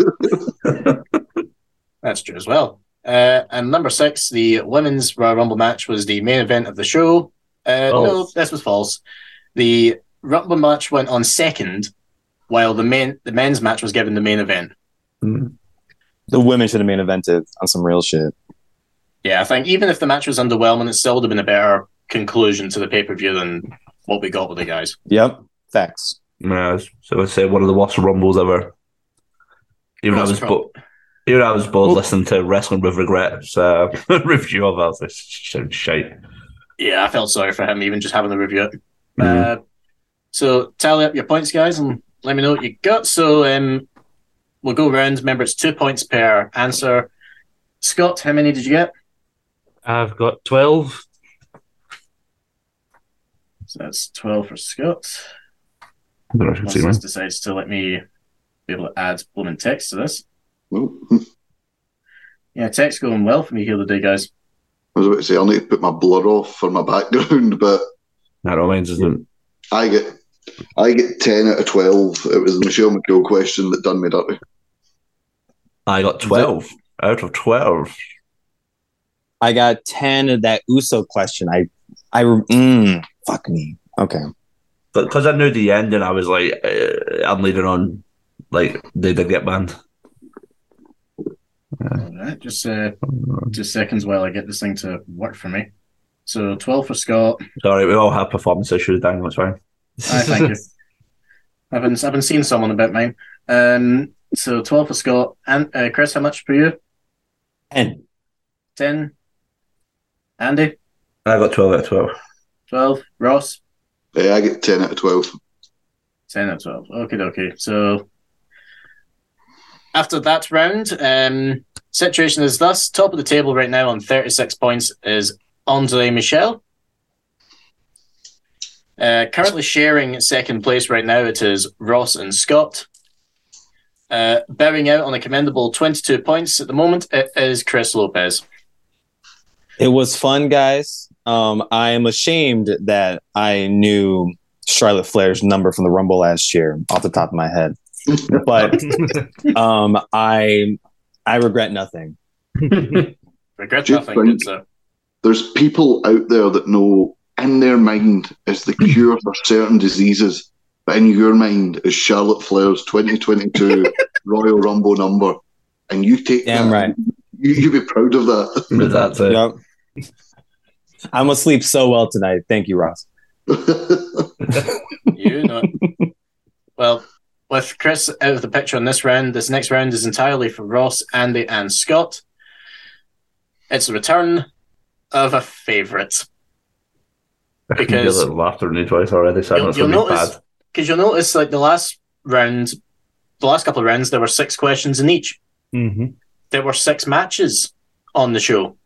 [LAUGHS] That's true as well. Uh, and number six, the women's Royal Rumble match was the main event of the show. Uh, no, False. this was false. The Rumble match went on second, while the main the men's match was given the main event. The women should have main evented on some real shit. Yeah, I think even if the match was underwhelming, it still would have been a better conclusion to the pay per view than what we got with the guys. Yep. Facts. Yeah, so I'd say one of the worst rumbles ever. Even I Worst was rumble. bo- even I was bored listening to Wrestling with Regrets uh, [LAUGHS] review of us. This sounds shite. Yeah, I felt sorry for him, even just having to review it. Mhm. Uh, so tally up your points, guys, and let me know what you got. So um, we'll go round. Remember, it's two points per answer. Scott, how many did you get? I've got 12. So that's twelve for Scott. I don't know if you can Unless see me. this decides to let me be able to add blooming text to this. Well, I Yeah, text going well for me here today, guys. was about to say I'll need to put my blur off for my background, [LAUGHS] but No, no, mine's isn't. I get I get ten out of twelve. It was the Michelle McGill question that done me dirty. I got twelve out of twelve. I got 10 of that Uso question. I, I, mm, fuck me. Okay. But because I knew the ending, I was like, uh, I'm leading on. Like they did get banned. All right, just uh, just seconds while I get this thing to work for me. So twelve for Scott. Sorry, we all have performance issues, Daniel. It's fine. I thank you. I've been I've been seeing someone about mine. Um, so twelve for Scott and uh, Chris. How much for you? 10. Ten. Andy, I got twelve out of twelve. twelve. Ross, Yeah, Eh, I get ten out of twelve. [LAUGHS] ten out of twelve. Okay, okay. So after that round, um, situation is thus: top of the table right now on thirty six points is Andre Michel. Uh, currently sharing second place right now, it is Ross and Scott. Uh, bearing out on a commendable 22 points at the moment, it is Chris Lopez. It was fun, guys. Um, I am ashamed that I knew Charlotte Flair's number from the Rumble last year off the top of my head, [LAUGHS] but, um, I, I regret nothing. Regret Do you nothing, think- good sir. There's people out there that know in their mind is the cure for certain diseases, [LAUGHS] but in your mind is Charlotte Flair's 2022 Royal Rumble number. and you take Damn that. right. You, you be proud of that. [LAUGHS] But that's it. Yep. I'm gonna sleep so well tonight. Thank you, Ross. You know. well, with Chris out of the picture on this round, this next round is entirely for Ross, Andy, and Scott. It's the return of a favourite. I can hear Because- [LAUGHS] the laughter in your voice already, so I know You'll- it's going you'll to be notice- bad. Because you'll notice, like the last round, the last couple of rounds, there were six questions in each. Mm-hmm. There were six matches on the show.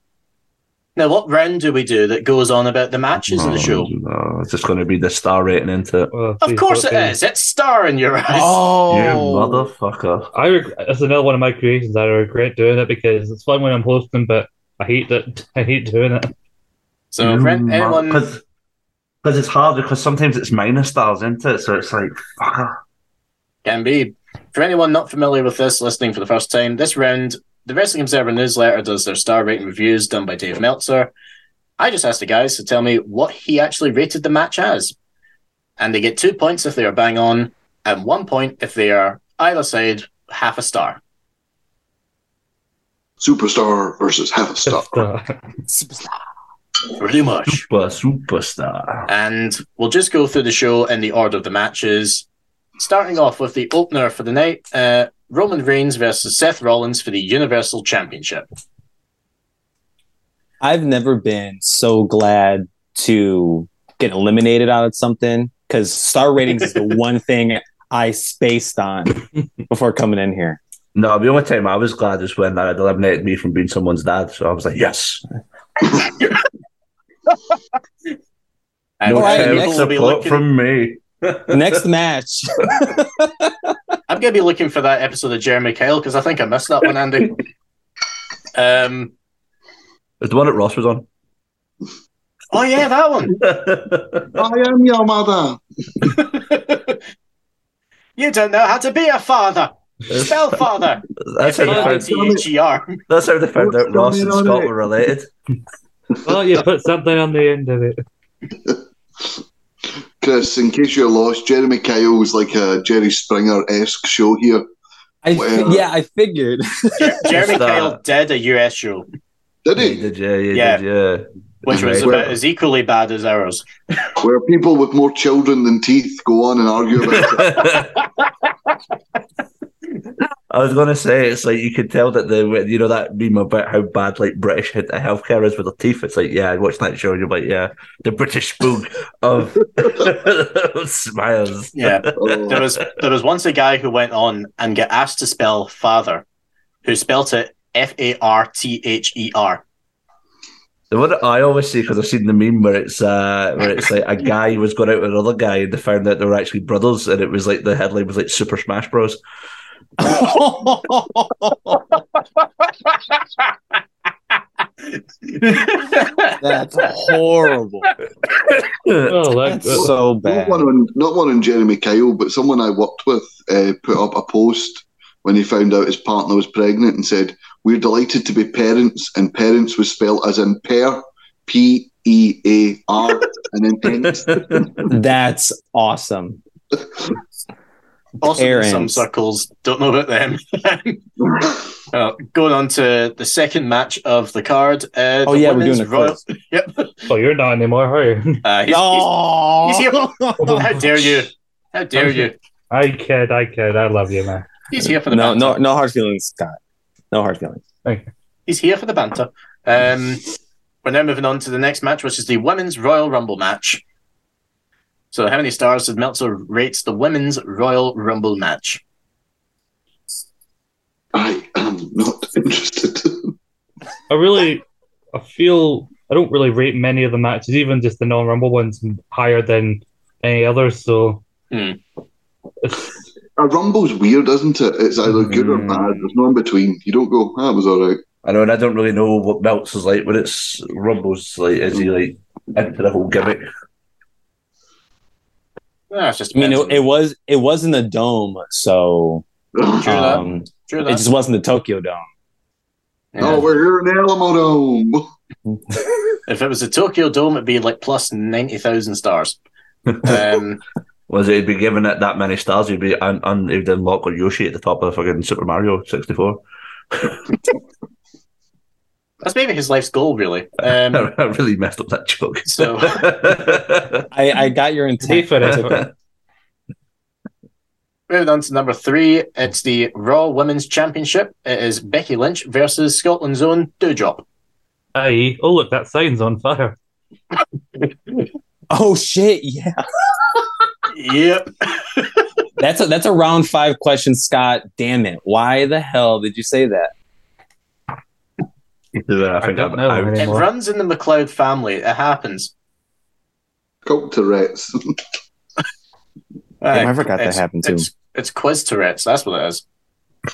Now, what round do we do that goes on about the matches in the Oh, show? No, it's just going to be the star rating into it. Of course it is. It's star in your eyes. Oh. Oh. Oh. You motherfucker. I reg- that's another one of my creations that I regret doing it because it's fun when I'm hosting, but I hate that [LAUGHS] I hate doing it. So, if Mm. an- anyone, Because it's hard because sometimes it's minor stars, isn't it? So it's like, fucker. Can be. For anyone not familiar with this, listening for the first time, this round, the Wrestling Observer newsletter does their star rating reviews done by Dave Meltzer. I just asked the guys to tell me what he actually rated the match as. And they get two points if they are bang on, and one point if they are either side half a star. Superstar versus half a star. Pretty much. Super, superstar. And we'll just go through the show in the order of the matches. Starting off with the opener for the night uh, Roman Reigns versus Seth Rollins for the Universal Championship. I've never been so glad to get eliminated out of something because star ratings is the one thing I spaced on before coming in here. No, the only time I was glad was when that had eliminated me from being someone's dad. So I was like, yes. And no All right, child next- people will be support looking- from me. Next match. I'm going to be looking for that episode of Jeremy Kyle because I think I missed that one, [LAUGHS] Andy. um, It's the one that Ross was on. [LAUGHS] oh yeah, that one. I am your mother. [LAUGHS] you don't know how to be a father. that's, [LAUGHS] Spell father. how they I- found, F-A-I-T-H-E-R. that's how they found Don't out Ross tell and me about Scott it. were related. well, you put something on the end of it. Chris, in case you're lost, Jeremy Kyle was like a Jerry Springer esque show here. I Well- yeah, I [LAUGHS] figured. Jer- Jeremy It's uh, that- Kyle did a US show, Did Yeah, he? you did, yeah, you Yeah. did, yeah. which was Right. about as equally bad as ours. Where people with more children than teeth go on and argue [LAUGHS] about it. I was gonna say it's like you could tell that the you know that meme about how bad like British he- healthcare is with their teeth. It's like yeah, I watched that show and you're like yeah, the British spook of [LAUGHS] smiles. Yeah, there Oh, was there was once a guy who went on and got asked to spell father, who spelt it F A R T H E [LAUGHS] R. The one that I always see because I've seen the meme where it's uh where it's like a guy was going out with another guy and they found out they were actually brothers and it was like the headline was like Super Smash Bros. [LAUGHS] That's horrible. Oh, like, That's so not bad. one on not one on Jeremy Kyle, but someone I worked with uh, put up a post when he found out his partner was pregnant and said, "We're delighted to be parents," and parents was spelled as in pair, P E A R, and then [LAUGHS] ends. That's awesome. also in some Parents. circles don't know about them. Uh, going on to the second match of the card. Uh, Oh the yeah, we're women's doing it. Royal. first. oh, you're not anymore, are you? Uh, he's, No. he's here. How dare you? How dare you? I kid, I kid. I love you, man. He's here for the No, banter. no, no hard feelings, Scott. No hard feelings. He's here for the banter. Um, we're now moving on to the next match, which is the women's Royal Rumble match. So, how many stars did Meltzer rate the women's Royal Rumble match? [LAUGHS] I am not interested. [LAUGHS] I really, I feel I don't really rate many of the matches, even just the non-rumble ones, higher than any others. So Hmm. it's, a rumble's weird, isn't it? It's either good or Hmm. Mm. bad. There's no in between. You don't go, "Ah, it was all right." I know, and I don't really know what Melts is like, but it's Rumbles like is he like into the whole gimmick? Ah, it's just I mean, it, it was it was in the dome, so True [LAUGHS] that. um, Sure it that. just wasn't the Tokyo Dome. Yeah. Oh, we're here in Alamo Dome. If it was the Tokyo Dome, it'd be like plus 90,000 stars. [LAUGHS] Um, Was it he'd be given it that many stars? He'd be and, and he'd unlock with Yoshi at the top of fucking Super Mario sixty four. That's maybe his life's [LAUGHS] goal, really. Um, [LAUGHS] I really messed up [LAUGHS] that joke. so I, I got your Pay intent. for it. [LAUGHS] [LAUGHS] moving on to number three, it's the Raw Women's Championship. It is Becky Lynch versus Scotland's own Dewdrop. I.e., oh look, that sign's on fire. Oh shit! Yeah, Yep. that's a that's a round five question, Scott. Damn it! Why the hell did you say that? I think don't I'm know out. It anymore. runs in the McLeod family. It happens. [LAUGHS] [LAUGHS] Cult Tourette's. Damn, I forgot that It's- happened to him. It's, it's quiz Tourette's. That's what it is. Uh,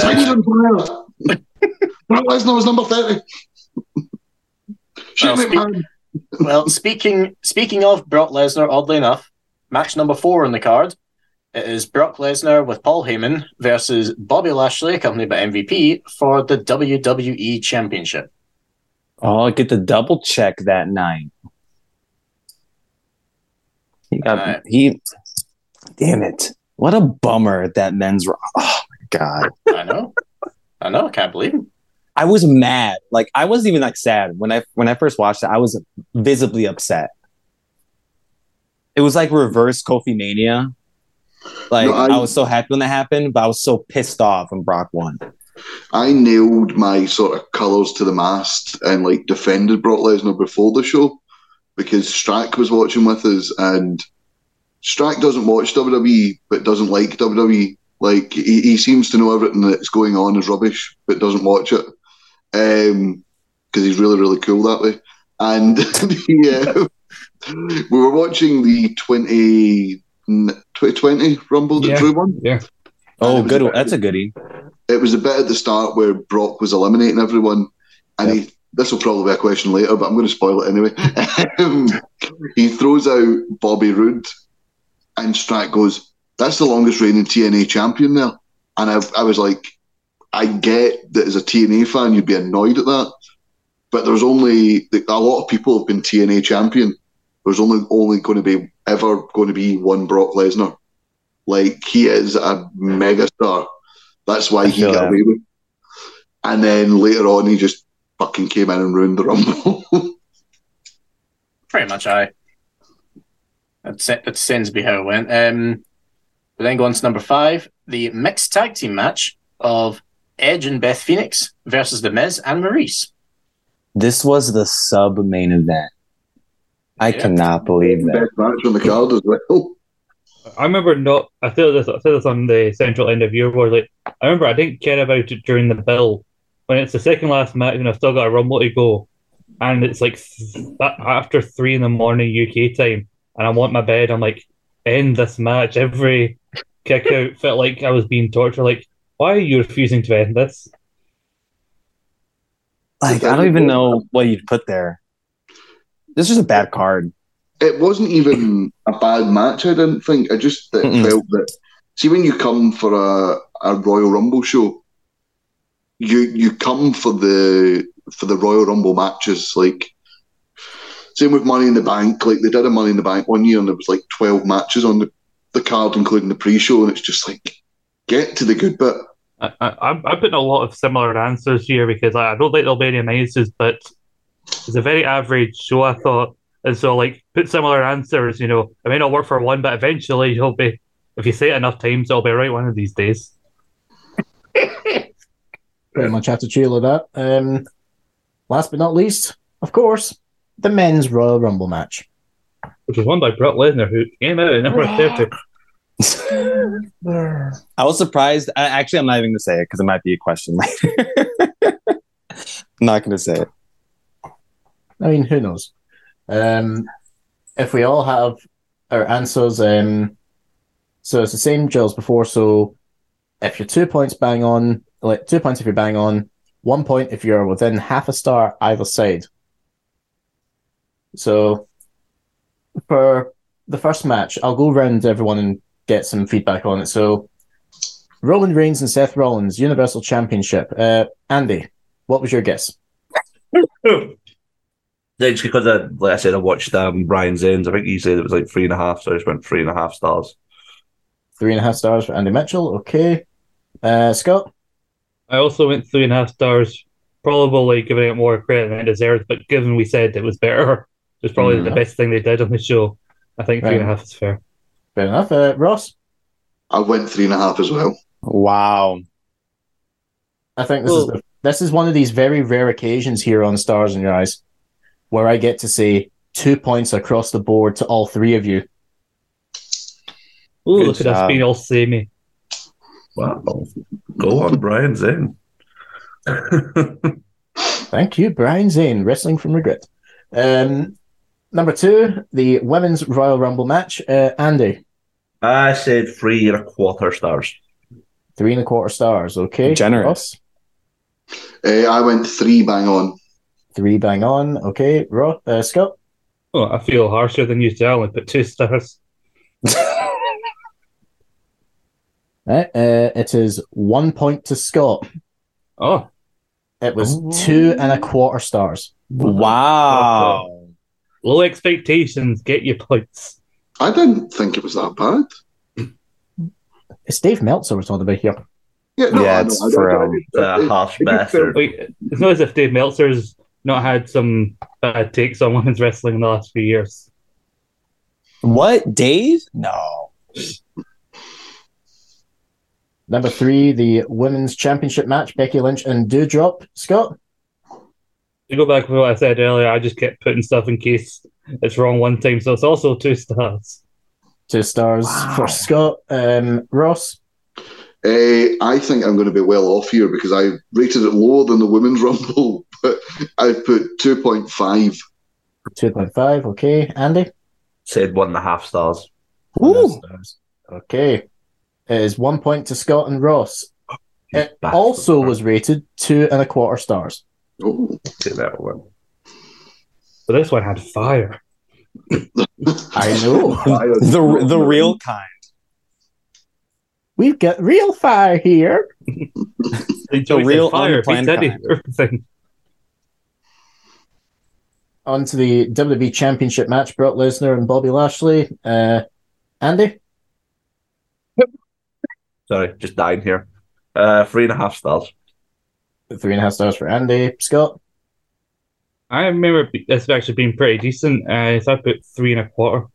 Signs on fire. [LAUGHS] Brock Lesnar was number 30. Shit, Well, speak- McMahon. Well, speaking speaking of Brock Lesnar, oddly enough, match number four on the card. It is Brock Lesnar with Paul Heyman versus Bobby Lashley, accompanied by MVP, for the WWE Championship. Oh, I get to double check that night. He got Alright. he. Damn it! What a bummer that men's. ro- Oh my god! I know, I know, I can't believe it. I was mad. Like I wasn't even like sad when I when I first watched it. I was visibly upset. It was like reverse Kofi Mania. Like No, I- I, was so happy when that happened, but I was so pissed off when Brock won. I nailed my sort of colours to the mast and like defended Brock Lesnar before the show because Strack was watching with us and Strack doesn't watch WWE but doesn't like WWE. Like he, he seems to know everything that's going on is rubbish but doesn't watch it because he's really really cool that way. And [LAUGHS] he, uh, [LAUGHS] we were watching the 20, 2020 Rumble that Yeah. Drew won Oh, It was good. bad. That's a goodie. it was a bit at the start where Brock was eliminating everyone, and he. This will probably be a question later, but I'm going to spoil it anyway. [LAUGHS] Um, he throws out Bobby Roode, and Strack goes, "That's the longest reigning TNA champion there." And I, I was like, I get that as a TNA fan, you'd be annoyed at that, but there's only a lot of people have been TNA champion. There's only only going to be ever going to be one Brock Lesnar. Like he is a megastar. That's why I he feel got that. away with. it. And then later on, he just fucking came in and ruined the rumble. Pretty much, I. That se- that seems to be how it went. Um, we then go on to number five, the mixed tag team match of Edge and Beth Phoenix versus The Miz and Maurice. This was the sub main event. I Yeah. cannot believe that. [LAUGHS] Best match on the card as well. I remember not. I said this. I said this on the central end of your war. Like I remember, I didn't care about it during the bill. When it's the second last match, and I've still got a rumble to go, and it's like th- that after three in the morning UK time, and I want my bed. I'm like, end this match. Every kick out felt like I was being tortured. Like, why are you refusing to end this? Like I don't even know what you'd put there. This is a bad card. it wasn't even a bad match. I didn't think. I just it Mm-mm. felt that. See, when you come for a, a Royal Rumble show, you you come for the for the Royal Rumble matches. Like same with Money in the Bank. Like they did a Money in the Bank one year, and there was like twelve matches on the, the card, including the pre-show, and it's just like get to the good bit. I, I, I'm, I'm putting a lot of similar answers here because I, I don't think there'll be any minuses, but it's a very average show, I thought. And so, like, put similar answers, you know, it may not work for one, but eventually you'll be, if you say it enough times, it'll be right one of these days. Pretty much have to chill with that. Um, last but not least, of course, the men's Royal Rumble match. Which was won by Brock Lesnar, who came out at number 30. I was surprised. I, actually, I'm not even going to say it because it might be a question [LAUGHS] later. I'm not going to say it. I mean, who knows? Um, if we all have our answers, um, so it's the same drill as before. So if you're two points bang on, like two points if you're bang on, one point if you're within half a star either side. So for the first match, I'll go round everyone and get some feedback on it. So Roman Reigns and Seth Rollins, Universal Championship. Uh, Andy, what was your guess? Yeah, just because I, like I said, I watched um, Ryan Zane's. I think he said it was like three and a half, so I just went three and a half stars. Three and a half stars for Andy Mitchell. Okay. Uh, Scott? I also went three and a half stars, probably giving it more credit than it deserved, but given we said it was better, it was probably Mm. the best thing they did on the show. I think three and a Right. half is fair. Fair enough. Uh, Ross, I went three and a half as well. Wow. I think this Well- is the, this is one of these very rare occasions here on Stars in Your Eyes where I get to say two points across the board to all three of you. Ooh, Good look at us job. being all samey. Wow. Go on, Brian Zinn. Thank you, Brian Zane, Wrestling from Regret. Um, number two, the Women's Royal Rumble match. Uh, Andy, I said three and a quarter stars. three and a quarter stars. Okay. Generous. Ross, Uh, I went three bang on. three bang on. Okay. Ross, uh, Scott, Oh, I feel harsher than you, I only put two stars. Uh, uh, it is one point to Scott. Oh, It was two and a quarter stars. wow. low expectations get you points. I didn't think it was that bad. It's Dave Meltzer we're talking about here. Yeah, no, Yeah, I it's know, I don't- I from just- The it- harsh it just Uh, bastard. Wait, it's not as if Dave Meltzer's not had some bad takes on women's wrestling in the last few years. What, Dave? No. Number three, the women's championship match, Becky Lynch and Dewdrop. Scott, To go back to what I said earlier, I just kept putting stuff in case it's wrong one time, so it's also two stars. two stars for Scott. Um, Ross, Uh, I think I'm going to be well off here because I rated it lower than the women's rumble, [LAUGHS] but I've put 2.5. 2.5. Okay. Andy, Said one and a half stars. Two stars. Okay. It is one point to Scott and Ross. It Bastard. also was rated two and a quarter stars. Oh, Say that one. But this one had fire. I [LAUGHS] know. The the real kind. We've got real fire here. The real beats unplanned kind. [LAUGHS] everything. On to the WWE Championship match, Brock Lesnar and Bobby Lashley. Uh, Andy, Sorry, just dying here. Uh, three and a half stars. three and a half stars for Andy. Scott, I remember be- this actually being pretty decent, uh, so I put three and a quarter.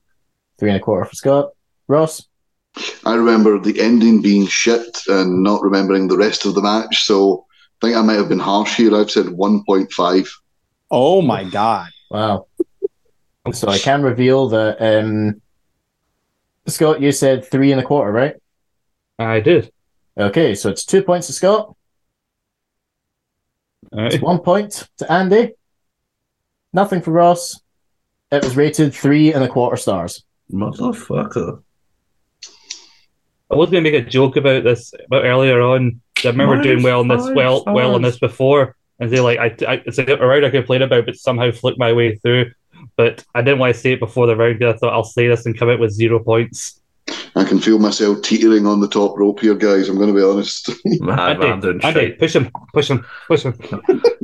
three and a quarter for Scott. Ross, I remember the ending being shit and not remembering the rest of the match, so I think I might have been harsh here. I've said 1.5. Oh my god. wow. So I can reveal that um, Scott, you said three and a quarter, right? I did. Okay, so it's two points to Scott, All it's right. one point to Andy, nothing for Ross. It was rated three and a quarter stars. Motherfucker. I was going to make a joke about this but earlier on. I remember Why doing well on this, five well, well on stars? this before, and they like I, I it's a round I complained about, but somehow flipped my way through. But I didn't want to say it before the round because I thought I'll say this and come out with zero points. I can feel myself teetering on the top rope here, guys. I'm going to be honest. [LAUGHS] [LAUGHS] My hand, Andy, I'm doing Andy, shit. push him, push him, push him.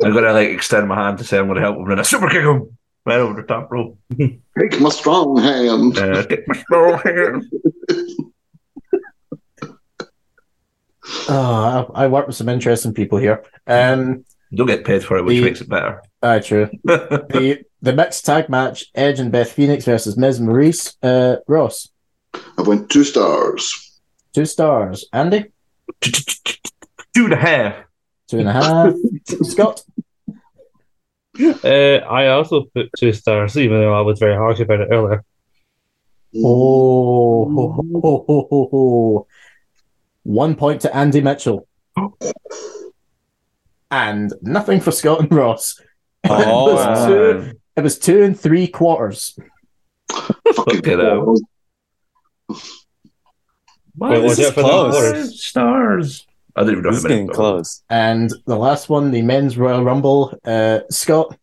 I'm gonna like extend my hand to say I'm gonna help him, and I super kick him right over the top rope. Take my strong hand. Uh, [LAUGHS] kick my small hand. Oh, I, I work with some interesting people here. Um, Don't get paid for it, which The- makes it better. [LAUGHS] aye, true. the the mixed tag match: Edge and Beth Phoenix versus Miz and Maurice. Uh, Ross, I went two stars. two stars. Andy, Two and a half. two and a half. Scott, Uh, I also put two stars, even though I was very harsh about it earlier. oh, ho, ho, ho, ho, ho, ho. one point to Andy Mitchell, and nothing for Scott and Ross. [LAUGHS] Oh, it, was two, Man. it was two and three quarters. Fucking Fucking hell. balls. Why Well, is watch Oh, this out for them five waters. Stars. I didn't even know This is how getting many. close. And the last one, the men's Royal Rumble. Uh, Scott,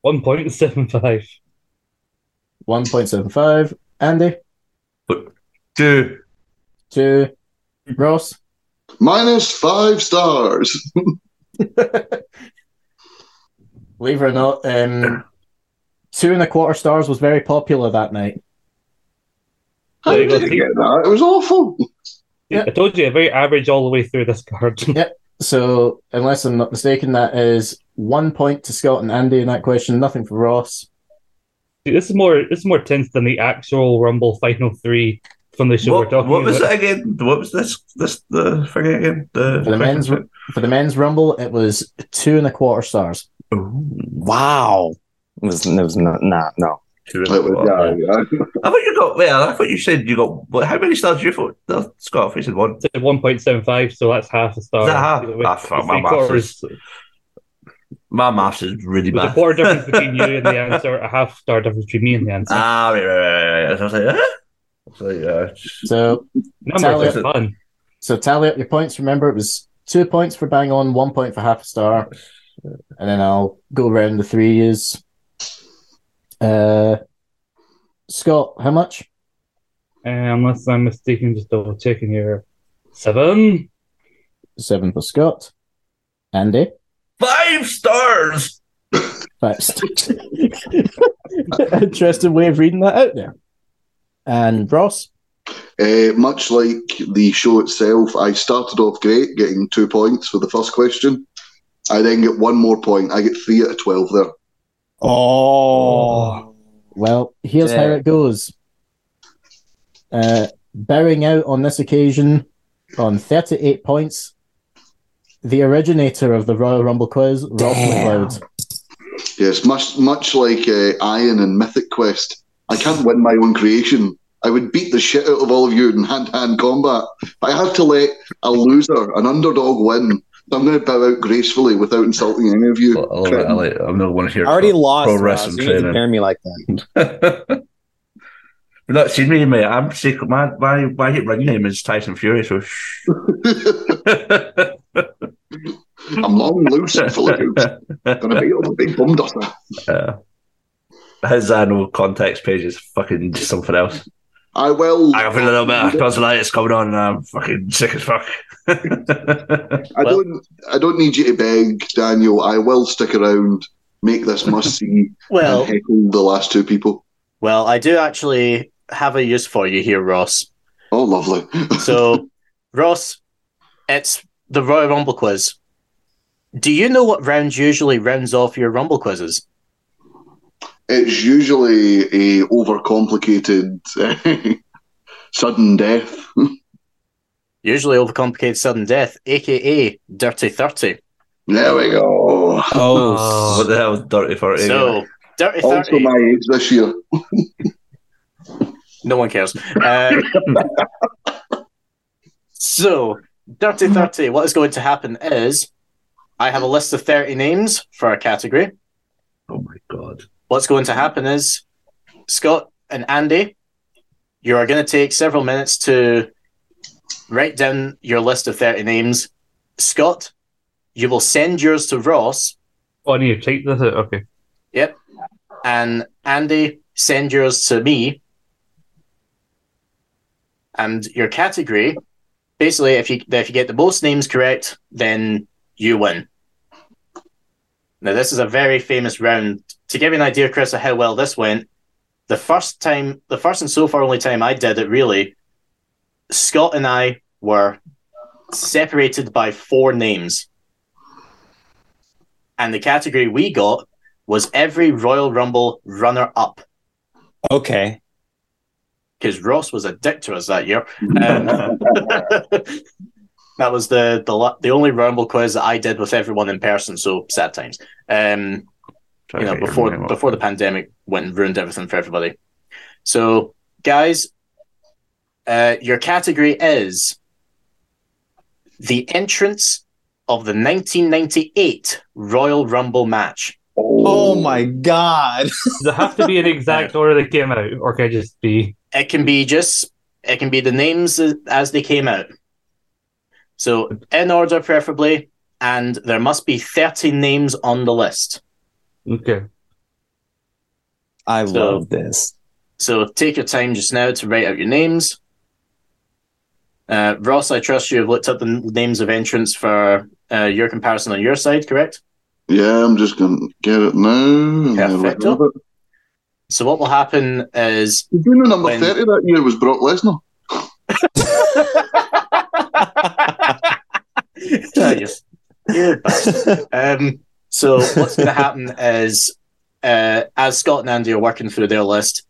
One point seven five. one point seven five. Andy, Two. two. Ross. Minus five stars. Believe it or not, um, two and a quarter stars was very popular that night. How There you did go, you see? get that? It was awful. Yeah. I told you, very average all the way through this card. [LAUGHS] Yep. So, unless I'm not mistaken, that is one point to Scott and Andy in that question, nothing for Ross. Dude, this is more this is more tense than the actual Rumble final three from the show we're What, talking what was about. it again? What was this this the thing again? The, For the men's room. For the men's Rumble, it was two and a quarter stars. Wow. It was, it was not, not, no. Like, yeah, yeah. [LAUGHS] I thought you got well. I thought you said you got what, how many stars? You thought no, Scott? I thought you said one. Is It's at 1.75, so that's half a star. that half? With- Ah, fuck, my three maths quarters- is my maths is really with the bad. [LAUGHS] quarter difference between you and the answer, a half star difference between me and the answer. Ah, right, right, right, right. right. So I was uh, like, huh? So yeah, So, Numbers tell are it. fun. so tally up your points. Remember, it was two points for bang on, one point for half a star, and then I'll go around the three years. Uh, Scott, how much? Uh, unless I'm mistaken, just double checking here. Seven. Seven for Scott. Andy, five stars. five stars. [LAUGHS] Interesting way of reading that out there. And Ross, Uh, much like the show itself, I started off great, getting two points for the first question. I then get one more point. I get three out of 12 there. Oh. well, here's how Yeah. it goes. Uh, bowing out on this occasion on 38 points, the originator of the Royal Rumble quiz, Ross Damn. McLeod. Yes, much much like uh, Iron and Mythic Quest, I can't win my own creation. I would beat the shit out of all of you in hand to hand combat, but I have to let a loser, an underdog, win. So I'm going to bow out gracefully without insulting any of you. Well, I like- I like- I'm not one here. I already lost. pro Ross. wrestling You didn't training. compare me like that. [LAUGHS] You've not seen me, mate. I'm sick. My my my ring name is Tyson Fury. So shh. [LAUGHS] I'm long, loose, and full [LAUGHS] of hoops. Going to beat all the big bum duster. Uh, his annual context page is fucking just something else. I will. I got a little bit of tonsillitis coming on, and I'm fucking sick as fuck. [LAUGHS] I don't. I don't need you to beg, Daniel. I will stick around, make this must [LAUGHS] see, Well, and heckle the last two people. well, I do actually have a use for you here, Ross. Oh, lovely. [LAUGHS] So, Ross, it's the Royal Rumble quiz. Do you know what round usually rounds off your Rumble quizzes? It's usually a overcomplicated [LAUGHS] sudden death. Usually overcomplicated sudden death, aka Dirty 30. There we go. what Oh. the hell, dirty forty? So, Dirty 30, Also, my age [LAUGHS] this year. no one cares. Uh, [LAUGHS] so, Dirty 30, what is going to happen is I have a list of 30 names for a category. oh my god. What's going to happen is Scott and Andy, you are going to take several minutes to write down your list of 30 names. Scott, you will send yours to Ross, Oh, I need to check this out. Okay. and Andy, send yours to me. And your category, basically, if you if you get the most names correct, then you win. Now, this is a very famous round. To give you an idea, Chris, of how well this went, the first time, the first and so far only time I did it, really, Scott and I were separated by four names. And the category we got was every Royal Rumble runner up Oh. Okay. because Ross was a dick to us that year. Um, [LAUGHS] that was the the la- the only Rumble quiz that I did with everyone in person. So sad times. Um, Try you to know, get your before name up. before the pandemic went and ruined everything for everybody. So, guys, uh, your category is the entrance of the 1998 Royal Rumble match. Oh my God. Does it have to be an [LAUGHS] exact order that came out, or can it just be? It can be just it can be the names as- as they came out. So in order preferably, and there must be 30 names on the list. Okay. I So- love [LAUGHS] this. So take your time just now to write out your names. Uh, Ross, I trust you have looked up the n- names of entrants for uh, your comparison on your side, correct? Yeah, I'm just going to get it now. and then we'll Perfecto. have it. So what will happen is Did you know number When- 30 that year was Brock Lesnar? [LAUGHS] Yeah, you, you bastard. um, so what's going to happen is, uh, as Scott and Andy are working through their list,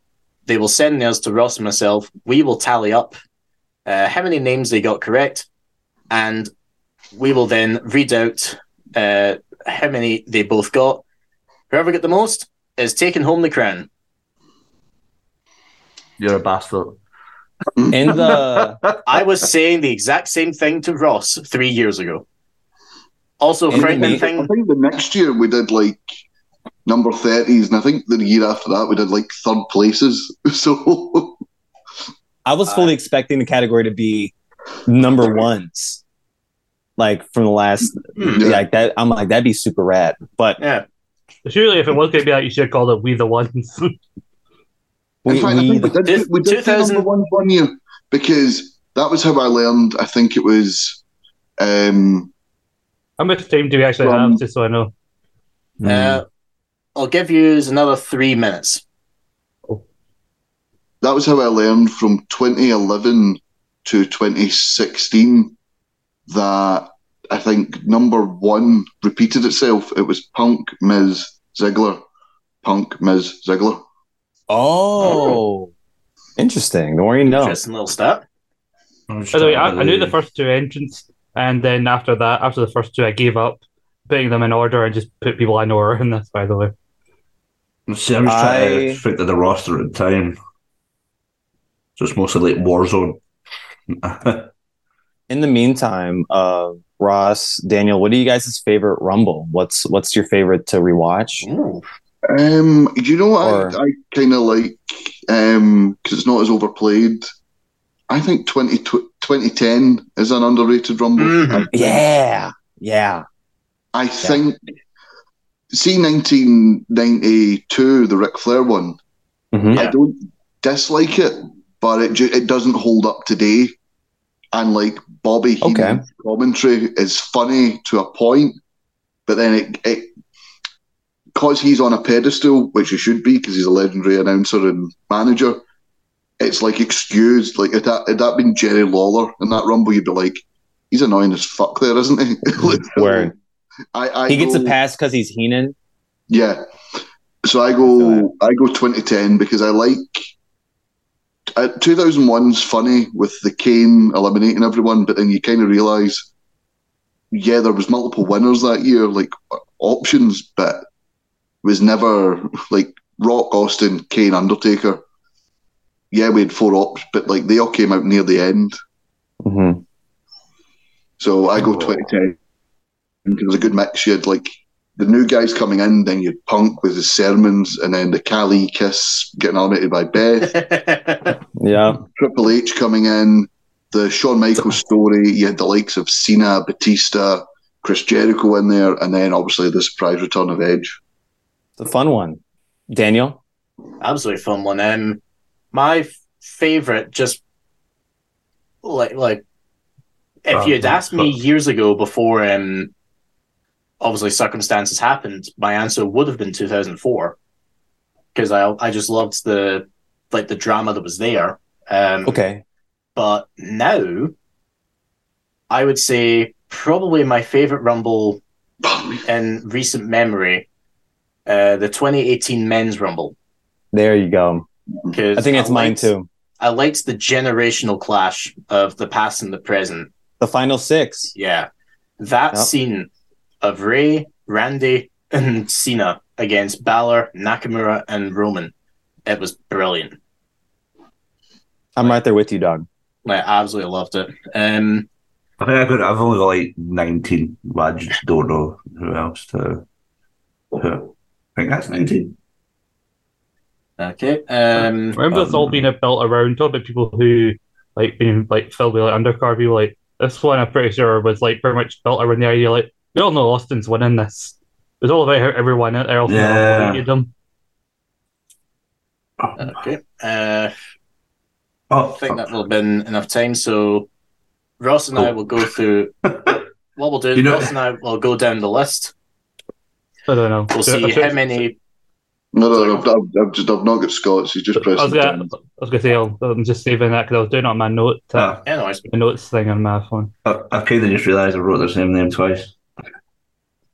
they will send theirs to Ross and myself. We will tally up uh, how many names they got correct, and we will then read out uh, how many they both got. Whoever got the most is taking home the crown. You're a bastard. In the I was saying the exact same thing to Ross three years ago. Also, In the frightening meet- I thing. think the next year we did like number thirties, and I think the year after that we did like third places. [LAUGHS] So I was Uh, fully expecting the category to be number ones, like from the last Hmm. Yeah. like that. I'm like that'd be super rad, but Yeah, Surely, if it was going to be that, you should have called it "We the Ones." [LAUGHS] we, in fact, we I think we did, we did do 2000 number one one year because that was how I learned. I think it was. Um, How much time do we actually Um, have? Just so I know. Mm. Uh, I'll give you another three minutes. that was how I learned from 2011 to 2016 that I think number one repeated itself. It was Punk, Ms. Ziggler, Punk, Ms. Ziggler. oh, interesting. The more you know. Interesting little stat. By the way, I, I knew the first two entrants, and then after that, after the first two, I gave up putting them in order and just put people I know are in this. By the way, See, I'm just trying I- to fit to the roster in time. So it's mostly like Warzone. [LAUGHS] In the meantime, uh, Ross, Daniel, what are you guys' favorite Rumble? What's what's your favorite to rewatch? Ooh. [LAUGHS] Um, you know what? Or- I, I kind of like because it's not as overplayed. I think 20, 2010 is an underrated rumble. Mhm. Yeah, yeah. I think see nineteen ninety two, the Ric Flair one. Mhm. Yeah. I don't dislike it, but it ju- it doesn't hold up today. And like Bobby Heenan's Okay. commentary is funny to a point, but then it it because he's on a pedestal, which he should be because he's a legendary announcer and manager. It's like excused. Like if that had that been Jerry Lawler in that rumble, you'd be like, he's annoying as fuck, there isn't he? [LAUGHS] Like, Word. I, I He gets a go- pass because he's Heenan. yeah. So I go I go 2010 because I like uh, 2001's funny with the Kane eliminating everyone, but then you kind of realize, yeah, there was multiple winners that year, like uh, options, but it was never [LAUGHS] like Rock, Austin, Kane, Undertaker. Yeah, we had four ops, but like they all came out near the end. Mhm. So I go Oh. 2010. It was a good mix. You had like the new guys coming in, then you had Punk with his sermons, and then the Cali Kiss getting eliminated [LAUGHS] by Beth, Yeah, Triple H coming in, the Shawn Michaels story. You had the likes of Cena, Batista, Chris Jericho in there, and then obviously the surprise return of Edge. it's a fun one. Daniel, Absolutely fun one. Um, my f- favorite, just like like if you had Um, asked me but- years ago before, um, obviously circumstances happened, my answer would have been 2004 because I I just loved the like the drama that was there. Um, okay. But now, I would say probably my favorite Rumble in recent memory, uh, the 2018 Men's Rumble. There you go. 'cause I think it's mine liked- too. I liked the generational clash of the past and the present. The final six. Yeah. That Yep. scene of Ray, Randy, and Cena against Balor, Nakamura, and Roman. It was brilliant. I'm right there with you, dog. I absolutely loved it. Um, I think I could, I've only got like 19, but I just don't know who else to. Who. I think that's 19. okay. Um, remember that's all Um, being built around talk about people who like being like filled with like undercard people. Like this one, I'm pretty sure was like pretty much built around the idea like we all know Austin's winning this. It was all about how everyone else Yeah. hated him. okay. Uh, I Oh, think that will have been enough time. So Ross and I Cool. will go [LAUGHS] through what we'll do. You know- Ross and I will go down the list. I don't know. We'll So- see I'm sure- [LAUGHS] how many. No, no, no, I've, I've, I've just I've not got Scots. He's just I pressing. was gonna, I was gonna say I'll- I'm just saving that because I was doing it on my note, uh, I, Anyways, my notes thing on my phone. I, I kind of just realised I wrote the same name twice.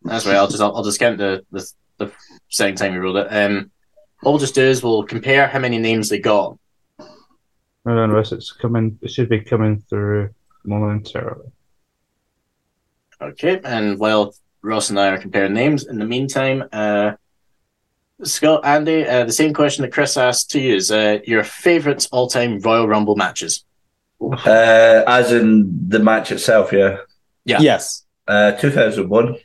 That's right. I'll just I'll, I'll just count the, the the second time we rolled it. Um, what we'll just do is we'll compare how many names they got. Hold on, Russ. It's coming. It should be coming through momentarily. Okay, and while Ross and I are comparing names, in the meantime, uh, Scott, Andy, uh, the same question that Chris asked to you is uh, your favourite all-time Royal Rumble matches. Uh, as in the match itself, yeah. Yeah. Yes. Uh, 2001.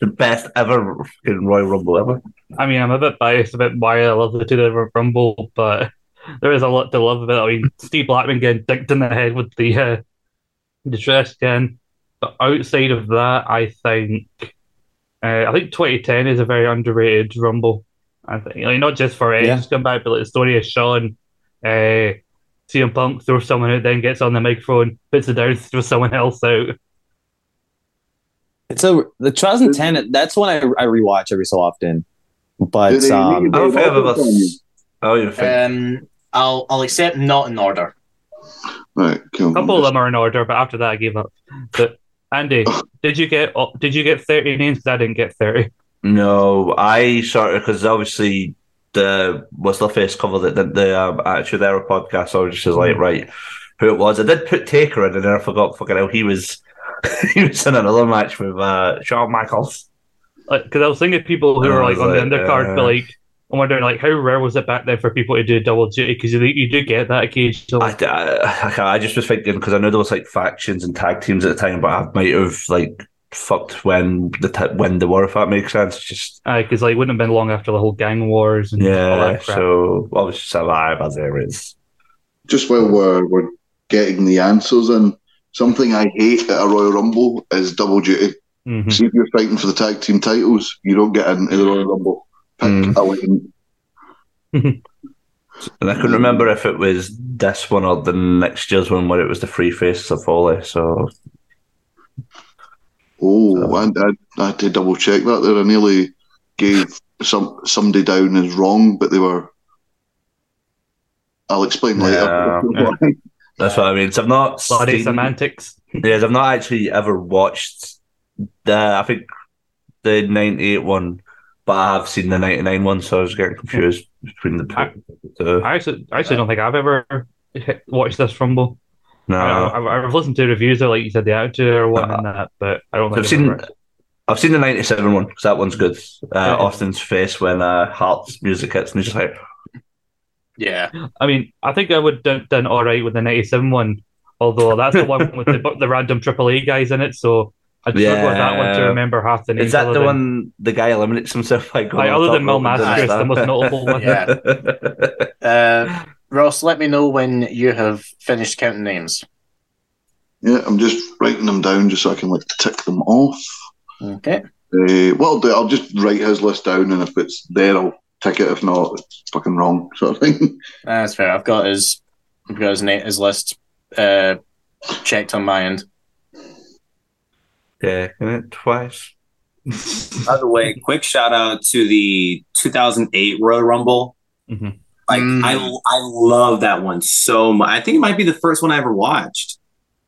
The best ever fucking Royal Rumble ever. I mean, I'm a bit biased about why I love the two different Rumble, but [LAUGHS] there is a lot to love about it. I mean, Steve Blackman getting dicked in the head with the uh, the trash can. But outside of that, I think uh, I think 2010 is a very underrated Rumble. I think like, not just for Edge's Yeah. comeback, but like, the story of Sean, uh, CM Punk throws someone out, then gets on the microphone, puts it down, throws someone else out. It's a the 2010. That's when I, I rewatch every so often. Do But they um, need I don't a think I've ever. vote on you? I don't even think. Um, I'll I'll accept not in order. Right, A come couple of on. them are in order, but after that, I gave up. But [COUGHS] Andy, did you get all- did you get 30 names? 'Cause I didn't get 30. No, I sort of because obviously the was the face cover that did the um, Attitude Era podcast. So I was just like, right, who it was? I did put Taker in, and then I forgot fucking hell he was [LAUGHS] he was in another match with uh, Shawn Michaels. Like, because I was thinking people who I are like was on the like, undercard, but uh, like I'm wondering like how rare was it back then for people to do double duty? Because you, you do get that occasionally. I, I, I, can't- I just was thinking because I know there was like factions and tag teams at the time, but I might have like fucked when the t- when they were, if that makes sense. It's Just Because Uh, like it wouldn't have been long after the whole gang wars and Mm-hmm. all yeah, that crap. so obviously survive as there is. Just while we're, we're getting the answers in, something I hate at a Royal Rumble is double duty. Mhm. See, if you're fighting for the tag team titles, you don't get into the Royal Rumble. Pick Hmm. Mm. a lane. And I couldn't remember if it was this one or the next year's one where it was the free faces of Foley. So Oh, I, I, I had to double check that there. I nearly gave some somebody down as wrong, but they were. I'll explain Yeah. [LAUGHS] later. that's what I mean. So I've not Bloody seen- semantics. yes, I've not actually ever watched the I think the ninety eight one, but I have seen the ninety nine one, so I was getting confused between the I- two. I actually, I actually don't think I've ever hit- watched this rumble. No. I, I, I've listened to reviews of like you said the attitude or one and that, but I don't. So uh, Think I've seen ever- I've seen the ninety seven one because that one's good. Uh, Yeah. Austin's face when uh, Hart's music hits and he's just like Yeah, I mean, I think I would done, done all right with the '97 one, although that's [LAUGHS] the one with the, the random AAA guys in it. So I struggle with that one to Yeah. remember half the names. Is that other the than- one the guy eliminates himself [LAUGHS] by going? Like, on other top than Mel rope and doing Mascaris, stuff? the most notable one. Yeah. uh, Ross, let me know when you have finished counting names. yeah, I'm just writing them down just so I can like tick them off. Okay. Uh, well, I'll do- I'll just write his list down, and if it's there, I'll tick it. If not, it's fucking wrong, sort of thing. [LAUGHS] That's fair. I've got his, I've got his, na- his list uh, checked on my end. [LAUGHS] Yeah, can it [LAUGHS] twice. By [LAUGHS] the way, quick shout out to the 2008 Royal Rumble. Mm-hmm. Mhm. Like Mm. I, I love that one so much. I think it might be the first one I ever watched.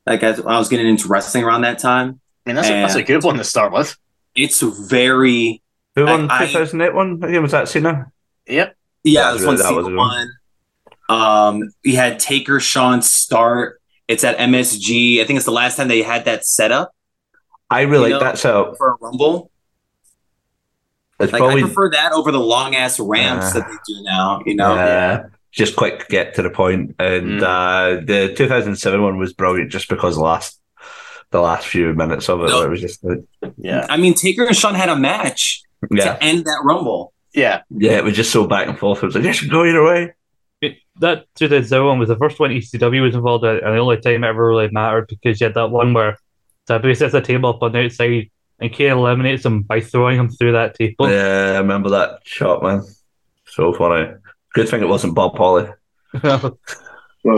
Like as I was getting into wrestling around that time, I mean, that's, a, Yeah. Uh, that's a good one to start with. it's very Who I- won I- two thousand eight one again? Was that Cena? Yep. yeah. That This was one, good. That was good. one. Um, we had Taker Sean Start. It's at MSG. I think it's the last time they had that setup I really You like know- that setup. for a Rumble. It's Like probably Ah. I prefer that over the long ass ramps Yeah. that they do now. You know, uh, just quick, get to the point. And Mm. uh, the two thousand seven one was brilliant just because the last the last few minutes of it, No. it was just like, Yeah. I mean Taker and Sean had a match yeah, to end that Rumble. Yeah. yeah, it was just so back and forth. It was like yes, go either way. It, that 2007 one was the first one ECW was involved in, and the only time it ever really mattered because you had that one where Sabu sets a table up on the outside and Kane eliminates him by throwing him through that table. yeah, I remember that shot, man. So funny. Good thing it wasn't Bob Holly. [LAUGHS] Sorry,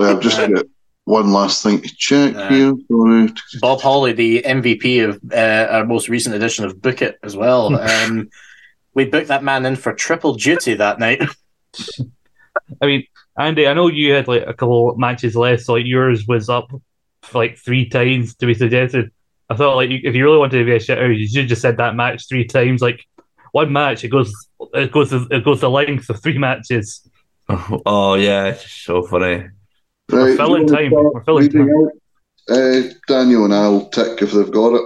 I've just got one last thing to check Uh, here. Sorry. Bob Hawley, the MVP of uh, our most recent edition of Book It as [LAUGHS] well. Um, we booked that man in for triple duty that night. I mean, Andy, I know you had like a couple matches left, so like yours was up like three times to be suggested. I thought like you- if you really wanted to be a shitter, you should just said that match three times. Like one match, it goes it goes it goes the length of three matches. Oh yeah, it's just so funny. We're filling you wanna time. start We're filling reading time. out? Uh, Daniel and I'll tick if they've got it.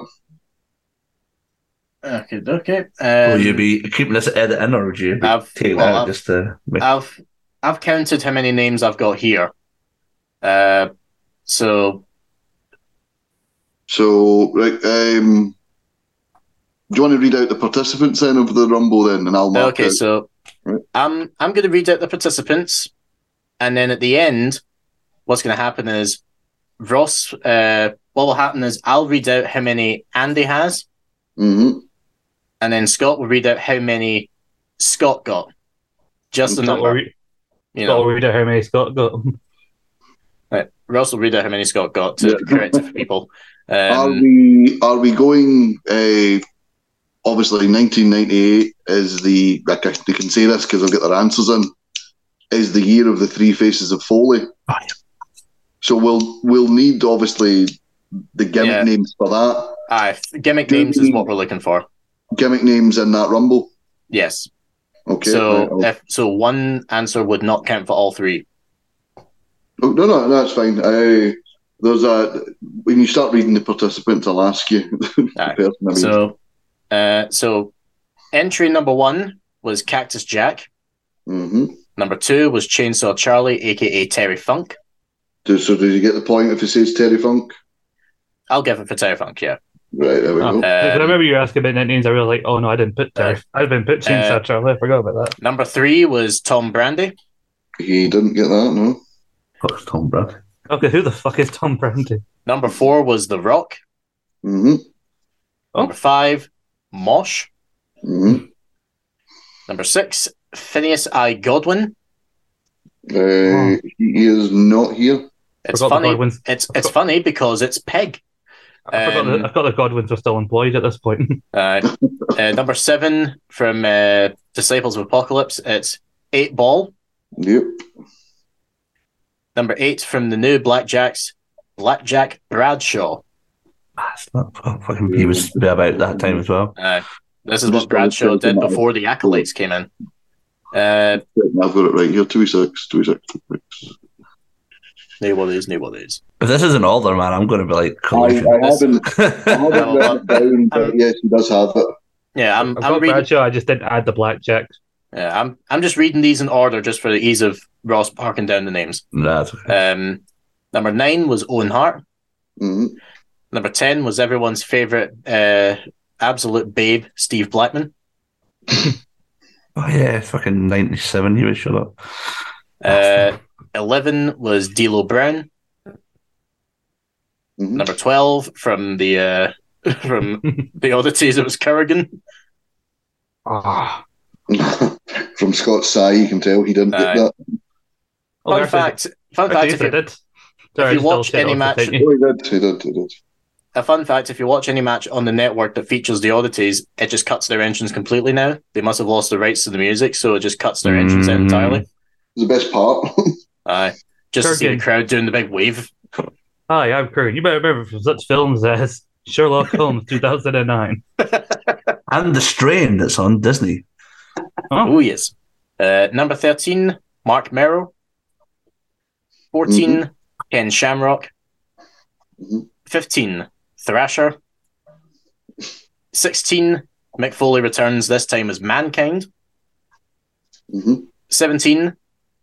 Okay, okay. Um, Will Oh, you be keeping this edit in, or would you Um, be I've- taking well, it out I've- just to uh, make? I've I've counted how many names I've got here. Uh, so So, right, um, do you want to read out the participants then of the Rumble then, and I'll mark okay, out. so Right. I'm I'm going to read out the participants, and then at the end, what's going to happen is Ross. Uh, what will happen is I'll read out how many Andy has, hmm Um, and then Scott will read out how many Scott got. Just the Okay. Scott will number, read- you know. Scott will read out how many Scott [LAUGHS] got. Ross will read out how many Scott got to Yeah. correct it for [LAUGHS] people. are Um, we are we going? Uh, obviously, 1998 is the. I guess they can say this because I'll get their answers in. Is the year of the three faces of Foley. So we'll we'll need obviously the gimmick Yeah. names for that. aye, gimmick Do names is we- what we're looking for. Gimmick names in that Rumble. Yes. Okay. right, so I'll- if so, one answer would not count for all three. Oh, no, no, that's fine. Uh, there's a when you start reading the participants, I'll ask you. [LAUGHS] the Aye. person I mean. So, uh, so entry number one was Cactus Jack. Mhm. Number two was Chainsaw Charlie, aka Terry Funk. Do- so did you get the point if it says Terry Funk? I'll give it for Terry Funk. Yeah. Right, there we Oh. go. Because I Um, remember you were asking about nicknames. I really like. Oh no, I didn't put Terry. I've been put Chainsaw uh, Charlie. I forgot about that. number three was Tom Brandy. He didn't get that, no. Fuck's Tom Brad. Okay, who the fuck is Tom Brandy? Number four was The Rock. hmm Oh. Number five, Mosh. hmm Number six, Phineas I Godwin. Uh, He is not here. It's Forgot the funny. Godwins. It's it's funny because it's Peg. I Um, forgot, the, I forgot the Godwins were still employed at this point. [LAUGHS] Uh, uh, number seven from uh, Disciples of Apocalypse, it's Eight Ball. Yep. Number eight from the new Blackjacks, Blackjack Bradshaw. That's Ah, not fuck- fucking. He was about that time as well. Uh, this is what Bradshaw did before the accolades came in. Uh, I've got it right here. Two six, two six. knew what it is, knew what it is. If this isn't older, man, I'm going to be like. I, I collision. haven't, I [LAUGHS] haven't No, read it down, but I'm- yes, he does have it. Yeah, I'm, I've I'm got reading. Bradshaw. I just didn't add the blackjack. Yeah, I'm, I'm just reading these in order just for the ease of Ross parking down the names. [LAUGHS] Nah, it's okay. Um, number nine was Owen Hart. hmm Number ten was everyone's favorite uh, absolute babe, Steve Blackman. Oh yeah, fucking ninety-seven. He was shut up. Uh, 11 was D'Lo Brown. Mhm. Number 12 from the uh, [LAUGHS] from the oddities, it was Kerrigan. Ah. [LAUGHS] From Scott Sai, you can tell he didn't Aye. get that. Oh, Fun there's a- fact, fun Actually, fact yes, if I you, did. Sorry, I you just watch double-checked any it match- off the thing. Oh, he did, he did, he did. a fun fact if you watch any match on the network that features the oddities, it just cuts their entrance completely now. They must have lost the rights to the music, so it just cuts their entrance out Mm. entirely. The best part. [LAUGHS] Aye. just to see the Kerrigan. crowd doing the big wave. Hi, I'm Kurt. You might remember from such films as [LAUGHS] Sherlock Holmes, 2009. And the strain that's on Disney. Oh. Oh, yes. Uh, number 13, Mark Merrow. 14, Ken Shamrock. Mhm. 15, Thrasher. 16, Mick Foley returns, this time as Mankind. hmm 17,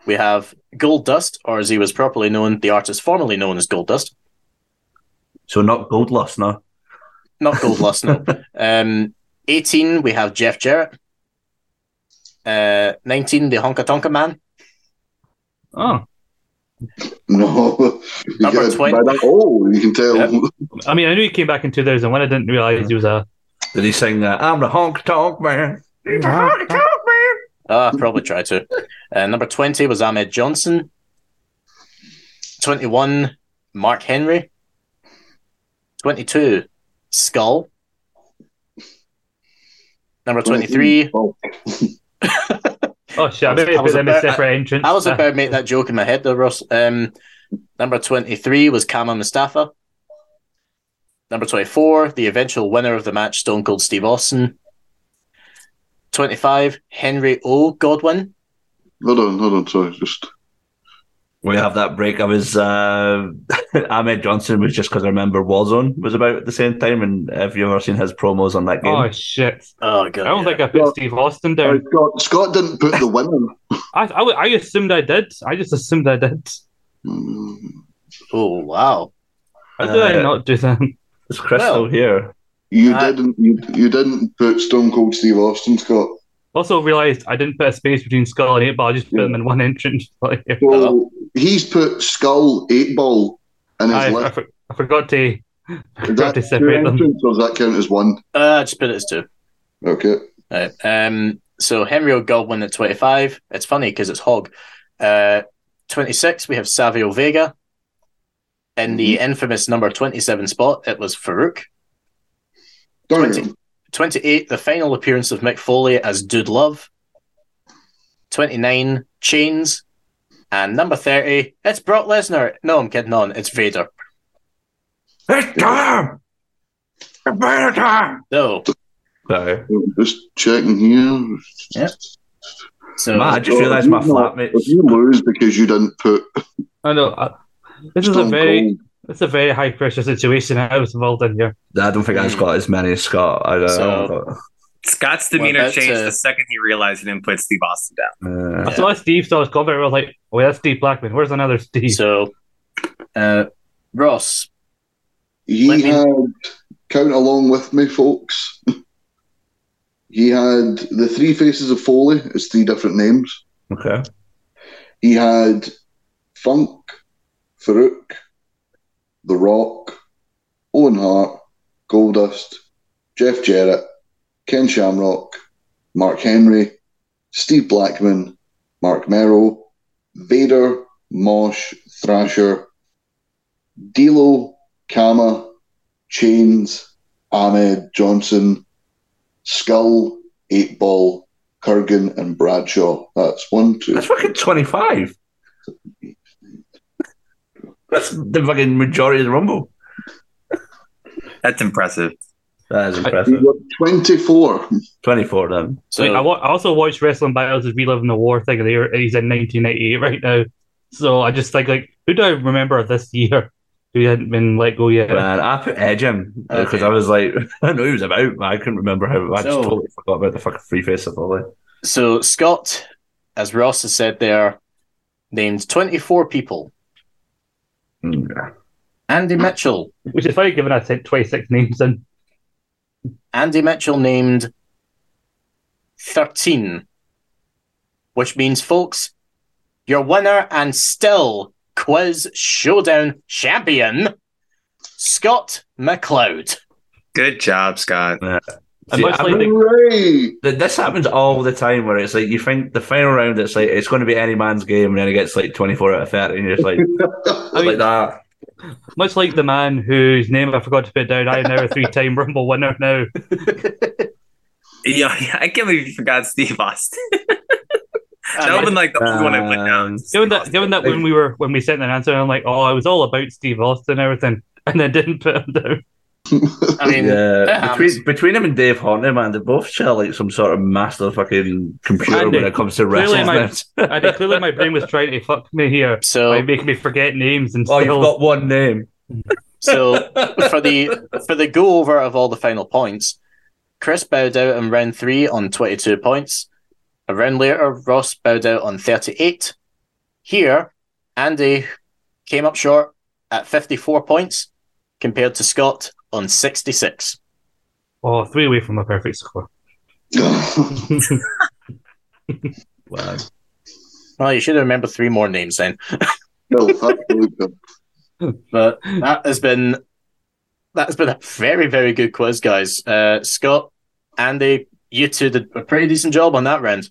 we have Gold Dust, or as he was properly known, the artist formerly known as Gold Dust. So not gold lust, no. Not Gold Lust, no. Um, 18, we have Jeff Jarrett. Uh, 19, the Honka Tonka Man. oh. [LAUGHS] No, you Number can, 20. by that, oh, you can tell. Yep. I mean, I knew he came back in 2001. I didn't realize he was a. Did he sing that? I'm the honk tonk man. I'm the honk tonk man. Ah, probably try to. Uh, number 20 was Ahmed Johnson. 21, Mark Henry. 22, Skull. Number 23, [LAUGHS] Oh, Oh, shit. I maybe I was put them in about- separate entrance. I was about to make that joke in my head though, Ross. Um, number 23 was Kama Mustafa. Number 24, the eventual winner of the match, Stone Cold Steve Austin. 25, Henry O. Godwin. Hold on, hold on. Sorry, just We have that break. I was uh, [LAUGHS] Ahmed Johnson was just because I remember Warzone was about at the same time, and if you've ever seen his promos on that game, [LAUGHS] Oh shit! Oh, God. I don't yeah. think I put Well- Steve Austin Uh, down. Scott, Scott didn't put [LAUGHS] the winner. I, I w- I assumed I did. I just assumed I did. Mm, Oh, wow. How did I Uh, not do that? [LAUGHS] it's Crystal Well. here. You Uh, didn't. You, you didn't put Stone Cold Steve Austin, Scott. Also realized I didn't put a space between Skull and Eight Ball. I just put them in one entrance. Like, I, So he's put Skull Eight Ball in his I, [LAUGHS] list. for- I forgot to Is that forgot to two separate them. entrants, or does that count as one? Uh, just put it as two. Okay. Right. Um, so Henry O. Godwin at 25. It's funny because it's Hog. Uh, 26, we have Savio Vega. In the infamous number 27 spot, it was Farouk. Darn. Twenty. 28, the final appearance of Mick Foley as Dude Love. 29, Chains. And number 30, it's Brock Lesnar. No, I'm kidding on. It's Vader. It's time. It's better time. No. Sorry. Just checking here. So, Matt, I just realised my If you- flatmate. If you lose because you didn't put I know. I, this is a Stone very Cold, this is a very high pressure situation I was involved in here. I don't think I've got as many as Scott. I don't So- Scott's Well, demeanor that's, changed uh, the second he realized he didn't put Steve Austin down. know. Uh, I saw Steve saw his comment. I was like, "Oh, that's Steve Blackman. Where's another Steve?" so uh, Ross. He Let me- had count along with me, folks. [LAUGHS] he had the three faces of Foley. It's three different names. okay. He had Funk, Farouk, The Rock, Owen Hart, Goldust, Jeff Jarrett, Ken Shamrock, Mark Henry, Steve Blackman, Mark Merrow, Vader, Mosh, Thrasher, Dilo, Kama, Chains, Ahmed Johnson, Skull, Eight Ball, Kurgan, and Bradshaw. That's one, two, That's fucking 25. That's the fucking majority of the Rumble. That's impressive. That is You impressive. got 24. 24 then. So, I, mean, I, wa- I also watched Wrestling Battles as Reliving the War thing, and they were- he's in 1988 right now. So I just think, like, who do I remember this year who hadn't been let go yet? Man, I put Edge in because Okay. I was like, [LAUGHS] I know he was about, but I couldn't remember how. I So- just totally forgot about the fucking free face of Ollie. so Scott, as Ross has said there, named 24 people. Mm. Andy Mitchell. Which is funny, given I said 26 names in. Andy Mitchell named 13, which means, folks, your winner and still quiz showdown champion, Scott McLeod. Good job, Scott. And See, much I like the, Hooray! [LAUGHS] Th- This happens all the time where it's like you think the final round, it's like it's going to be any man's game, and then it gets like 24 out of 30, and you're just [LAUGHS] like, I mean- like that. much like the man whose name I forgot to put down, I am now a three-time [LAUGHS] Rumble winner. Now Yeah, [LAUGHS] I can't believe you forgot Steve Austin. that And would have been like the only one I put down. Um, given that, given that when we were when we sent an answer, I'm like, oh, I was all about Steve Austin and everything, [LAUGHS] and then didn't put him down. I mean, Yeah, that between, happens. between him and Dave Horner, man, they both share like some sort of master fucking computer Andy, when it comes to clearly wrestling. my- matches. And it- clearly, my brain was trying to fuck me here by so, making me forget names and oh, still. you've got one name. so for the for the go over of all the final points, Chris bowed out in round three on 22 points. A round later, Ross bowed out on 38. Here, Andy came up short at 54 points compared to Scott on 66. Oh, three away from a perfect score. [LAUGHS] Wow. Well, you should remember three more names then. Bill, that's really good. But that has been that has been a very very good quiz, guys. Uh, Scott, Andy, you two did a pretty decent job on that round.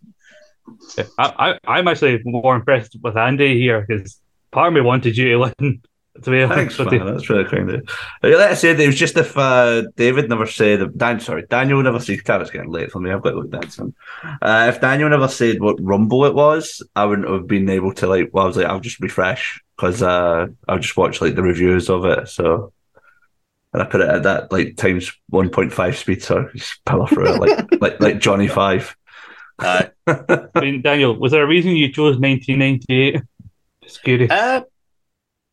I, I, I'm actually more impressed with Andy here because part of me wanted you to win. To be Thanks, honest [LAUGHS] with you. man. That's really kind of you. Like I said, it was just if uh, David never said, Dan, sorry, Daniel never said, God, it's getting late for me. I've got to look dancing. Uh, if Daniel never said what Rumble it was, I wouldn't have been able to, like, well, I was like, I'll just refresh because uh, I'll just watch, like, the reviews of it. So and I put it at that like times one point five speed, so I just power through it like like like Johnny Five. Uh, I mean, Daniel, was there a reason you chose 1998? Just curious. Uh,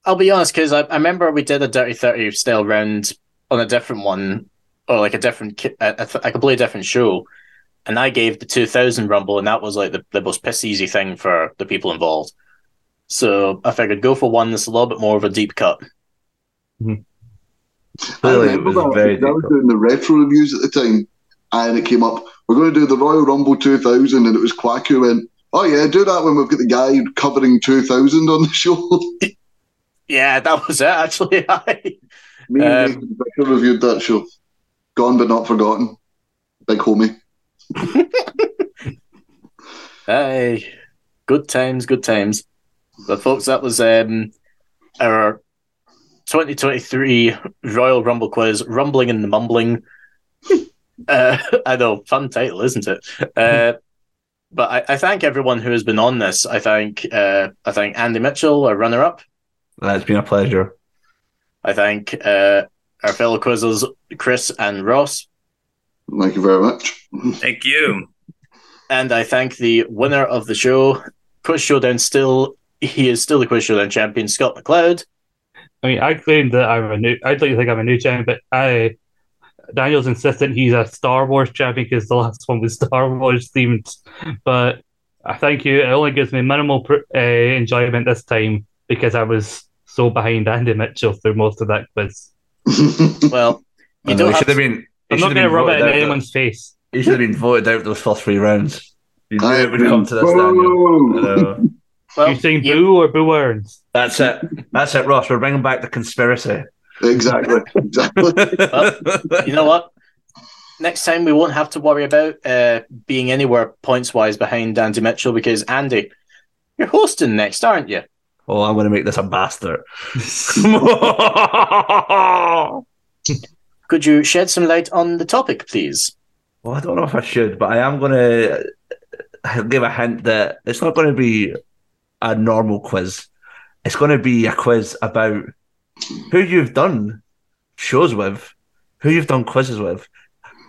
I'll be honest, because I, I remember we did a Dirty 30 style round on a different one, or like a different, ki- a, a, th- a completely different show. And I gave the 2000 Rumble, and that was like the, the most piss easy thing for the people involved. So I figured go for one that's a little bit more of a deep cut. I Clearly, it remember was that. very I was difficult. doing the retro reviews at the time, and it came up. We're going to do the Royal Rumble 2000, and it was Quack who went, "Oh yeah, do that when we've got the guy covering 2000 on the [LAUGHS] show." Yeah, that was it, actually. [LAUGHS] I, Me Um, and Nathan Victor reviewed that show. Gone but not forgotten. Big homie. Hey, good times, good times. But folks, that was um our 2023 Royal Rumble quiz, Rumbling and the Mumbling. uh, I know, fun title, isn't it? Uh, but I, I thank everyone who has been on this. I thank uh, I thank Andy Mitchell, our runner-up. Uh, It's been a pleasure. I thank uh, our fellow quizzes Chris and Ross, Thank you very much. Thank you. and I thank the winner of the show, Quiz Showdown. Still, he is still the Quiz Showdown champion, Scott McLeod. I mean, I claim that I'm a new. I'd like to think I'm a new champion, but I Daniel's insistent he's a Star Wars champion because the last one was [LAUGHS] Star Wars themed. But I thank you. It only gives me minimal pr- uh, enjoyment this time because I was so behind Andy Mitchell through most of that quiz. Well, you And don't he have should have to, been. I'm not going to rub it in anyone's face. He should have been voted out those first three rounds. You knew I it would come [LAUGHS] to this, Daniel. I Whoa! know. well, you saying you- boo or boo [LAUGHS] earns? That's it. That's it, Ross. We're bringing back the conspiracy. Exactly. [LAUGHS] Exactly. you know what? Next time we won't have to worry about uh, being anywhere points wise behind Andy Mitchell because Andy, you're hosting next, aren't you? oh, I'm going to make this a bastard. [LAUGHS] Could you shed some light on the topic, please? Well, I don't know if I should, but I am going to give a hint that it's not going to be a normal quiz. It's going to be a quiz about who you've done shows with, who you've done quizzes with.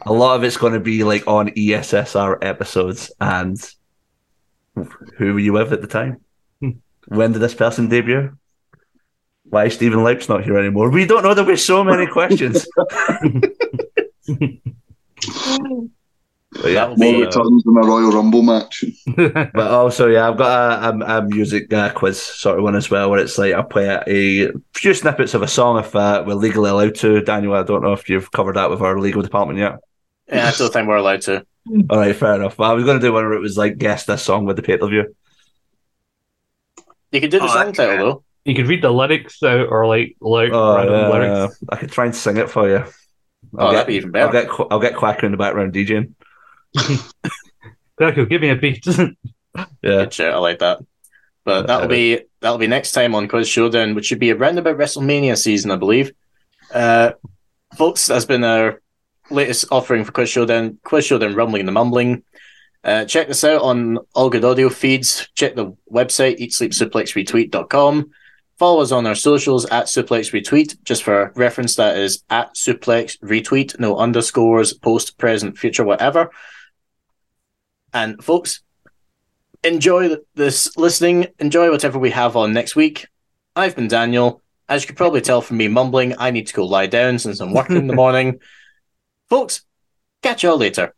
A lot of it's going to be like on E ESSR episodes and who were you with at the time? Hmm. When did this person debut? Why is Stephen Lipe's not here anymore? We don't know. There'll be so many questions. But yeah. That will More be uh, returns than a Royal Rumble match. But also, yeah, I've got a, a, a music uh, quiz sort of one as well, where it's like I play a few snippets of a song if uh, we're legally allowed to. Daniel, I don't know if you've covered that with our legal department yet. yeah, I don't think we're allowed to. Mm. All right, fair enough. But I was going to do one where it was like guess this song with the pay per view. You could do the Oh, song that's title bad. though. You could read the lyrics out or like, like Oh, random yeah, lyrics. I could try and sing it for you. Oh, I'll that'd get, be even I'll better. get Qu- I'll get Quacker in the background DJing. Cool, give me a beat. [LAUGHS] Yeah, Good shit, I like that. But that'll be that'll be next time on Quiz Showdown, which should be around about WrestleMania season, I believe. Uh, folks, that's been our latest offering for Quiz Showdown. Quiz Showdown, rumbling and the mumbling. Uh, check this out on all good audio feeds. Check the website eatsleepsuplexretweet.com. Follow us on our socials at suplex retweet. Just for reference, that is at suplex retweet. No underscores, post, present, future, whatever. And folks, enjoy th- this listening. Enjoy whatever we have on next week. I've been Daniel. As you could probably tell from me mumbling, I need to go lie down since I'm working in the morning. Folks, catch y'all later.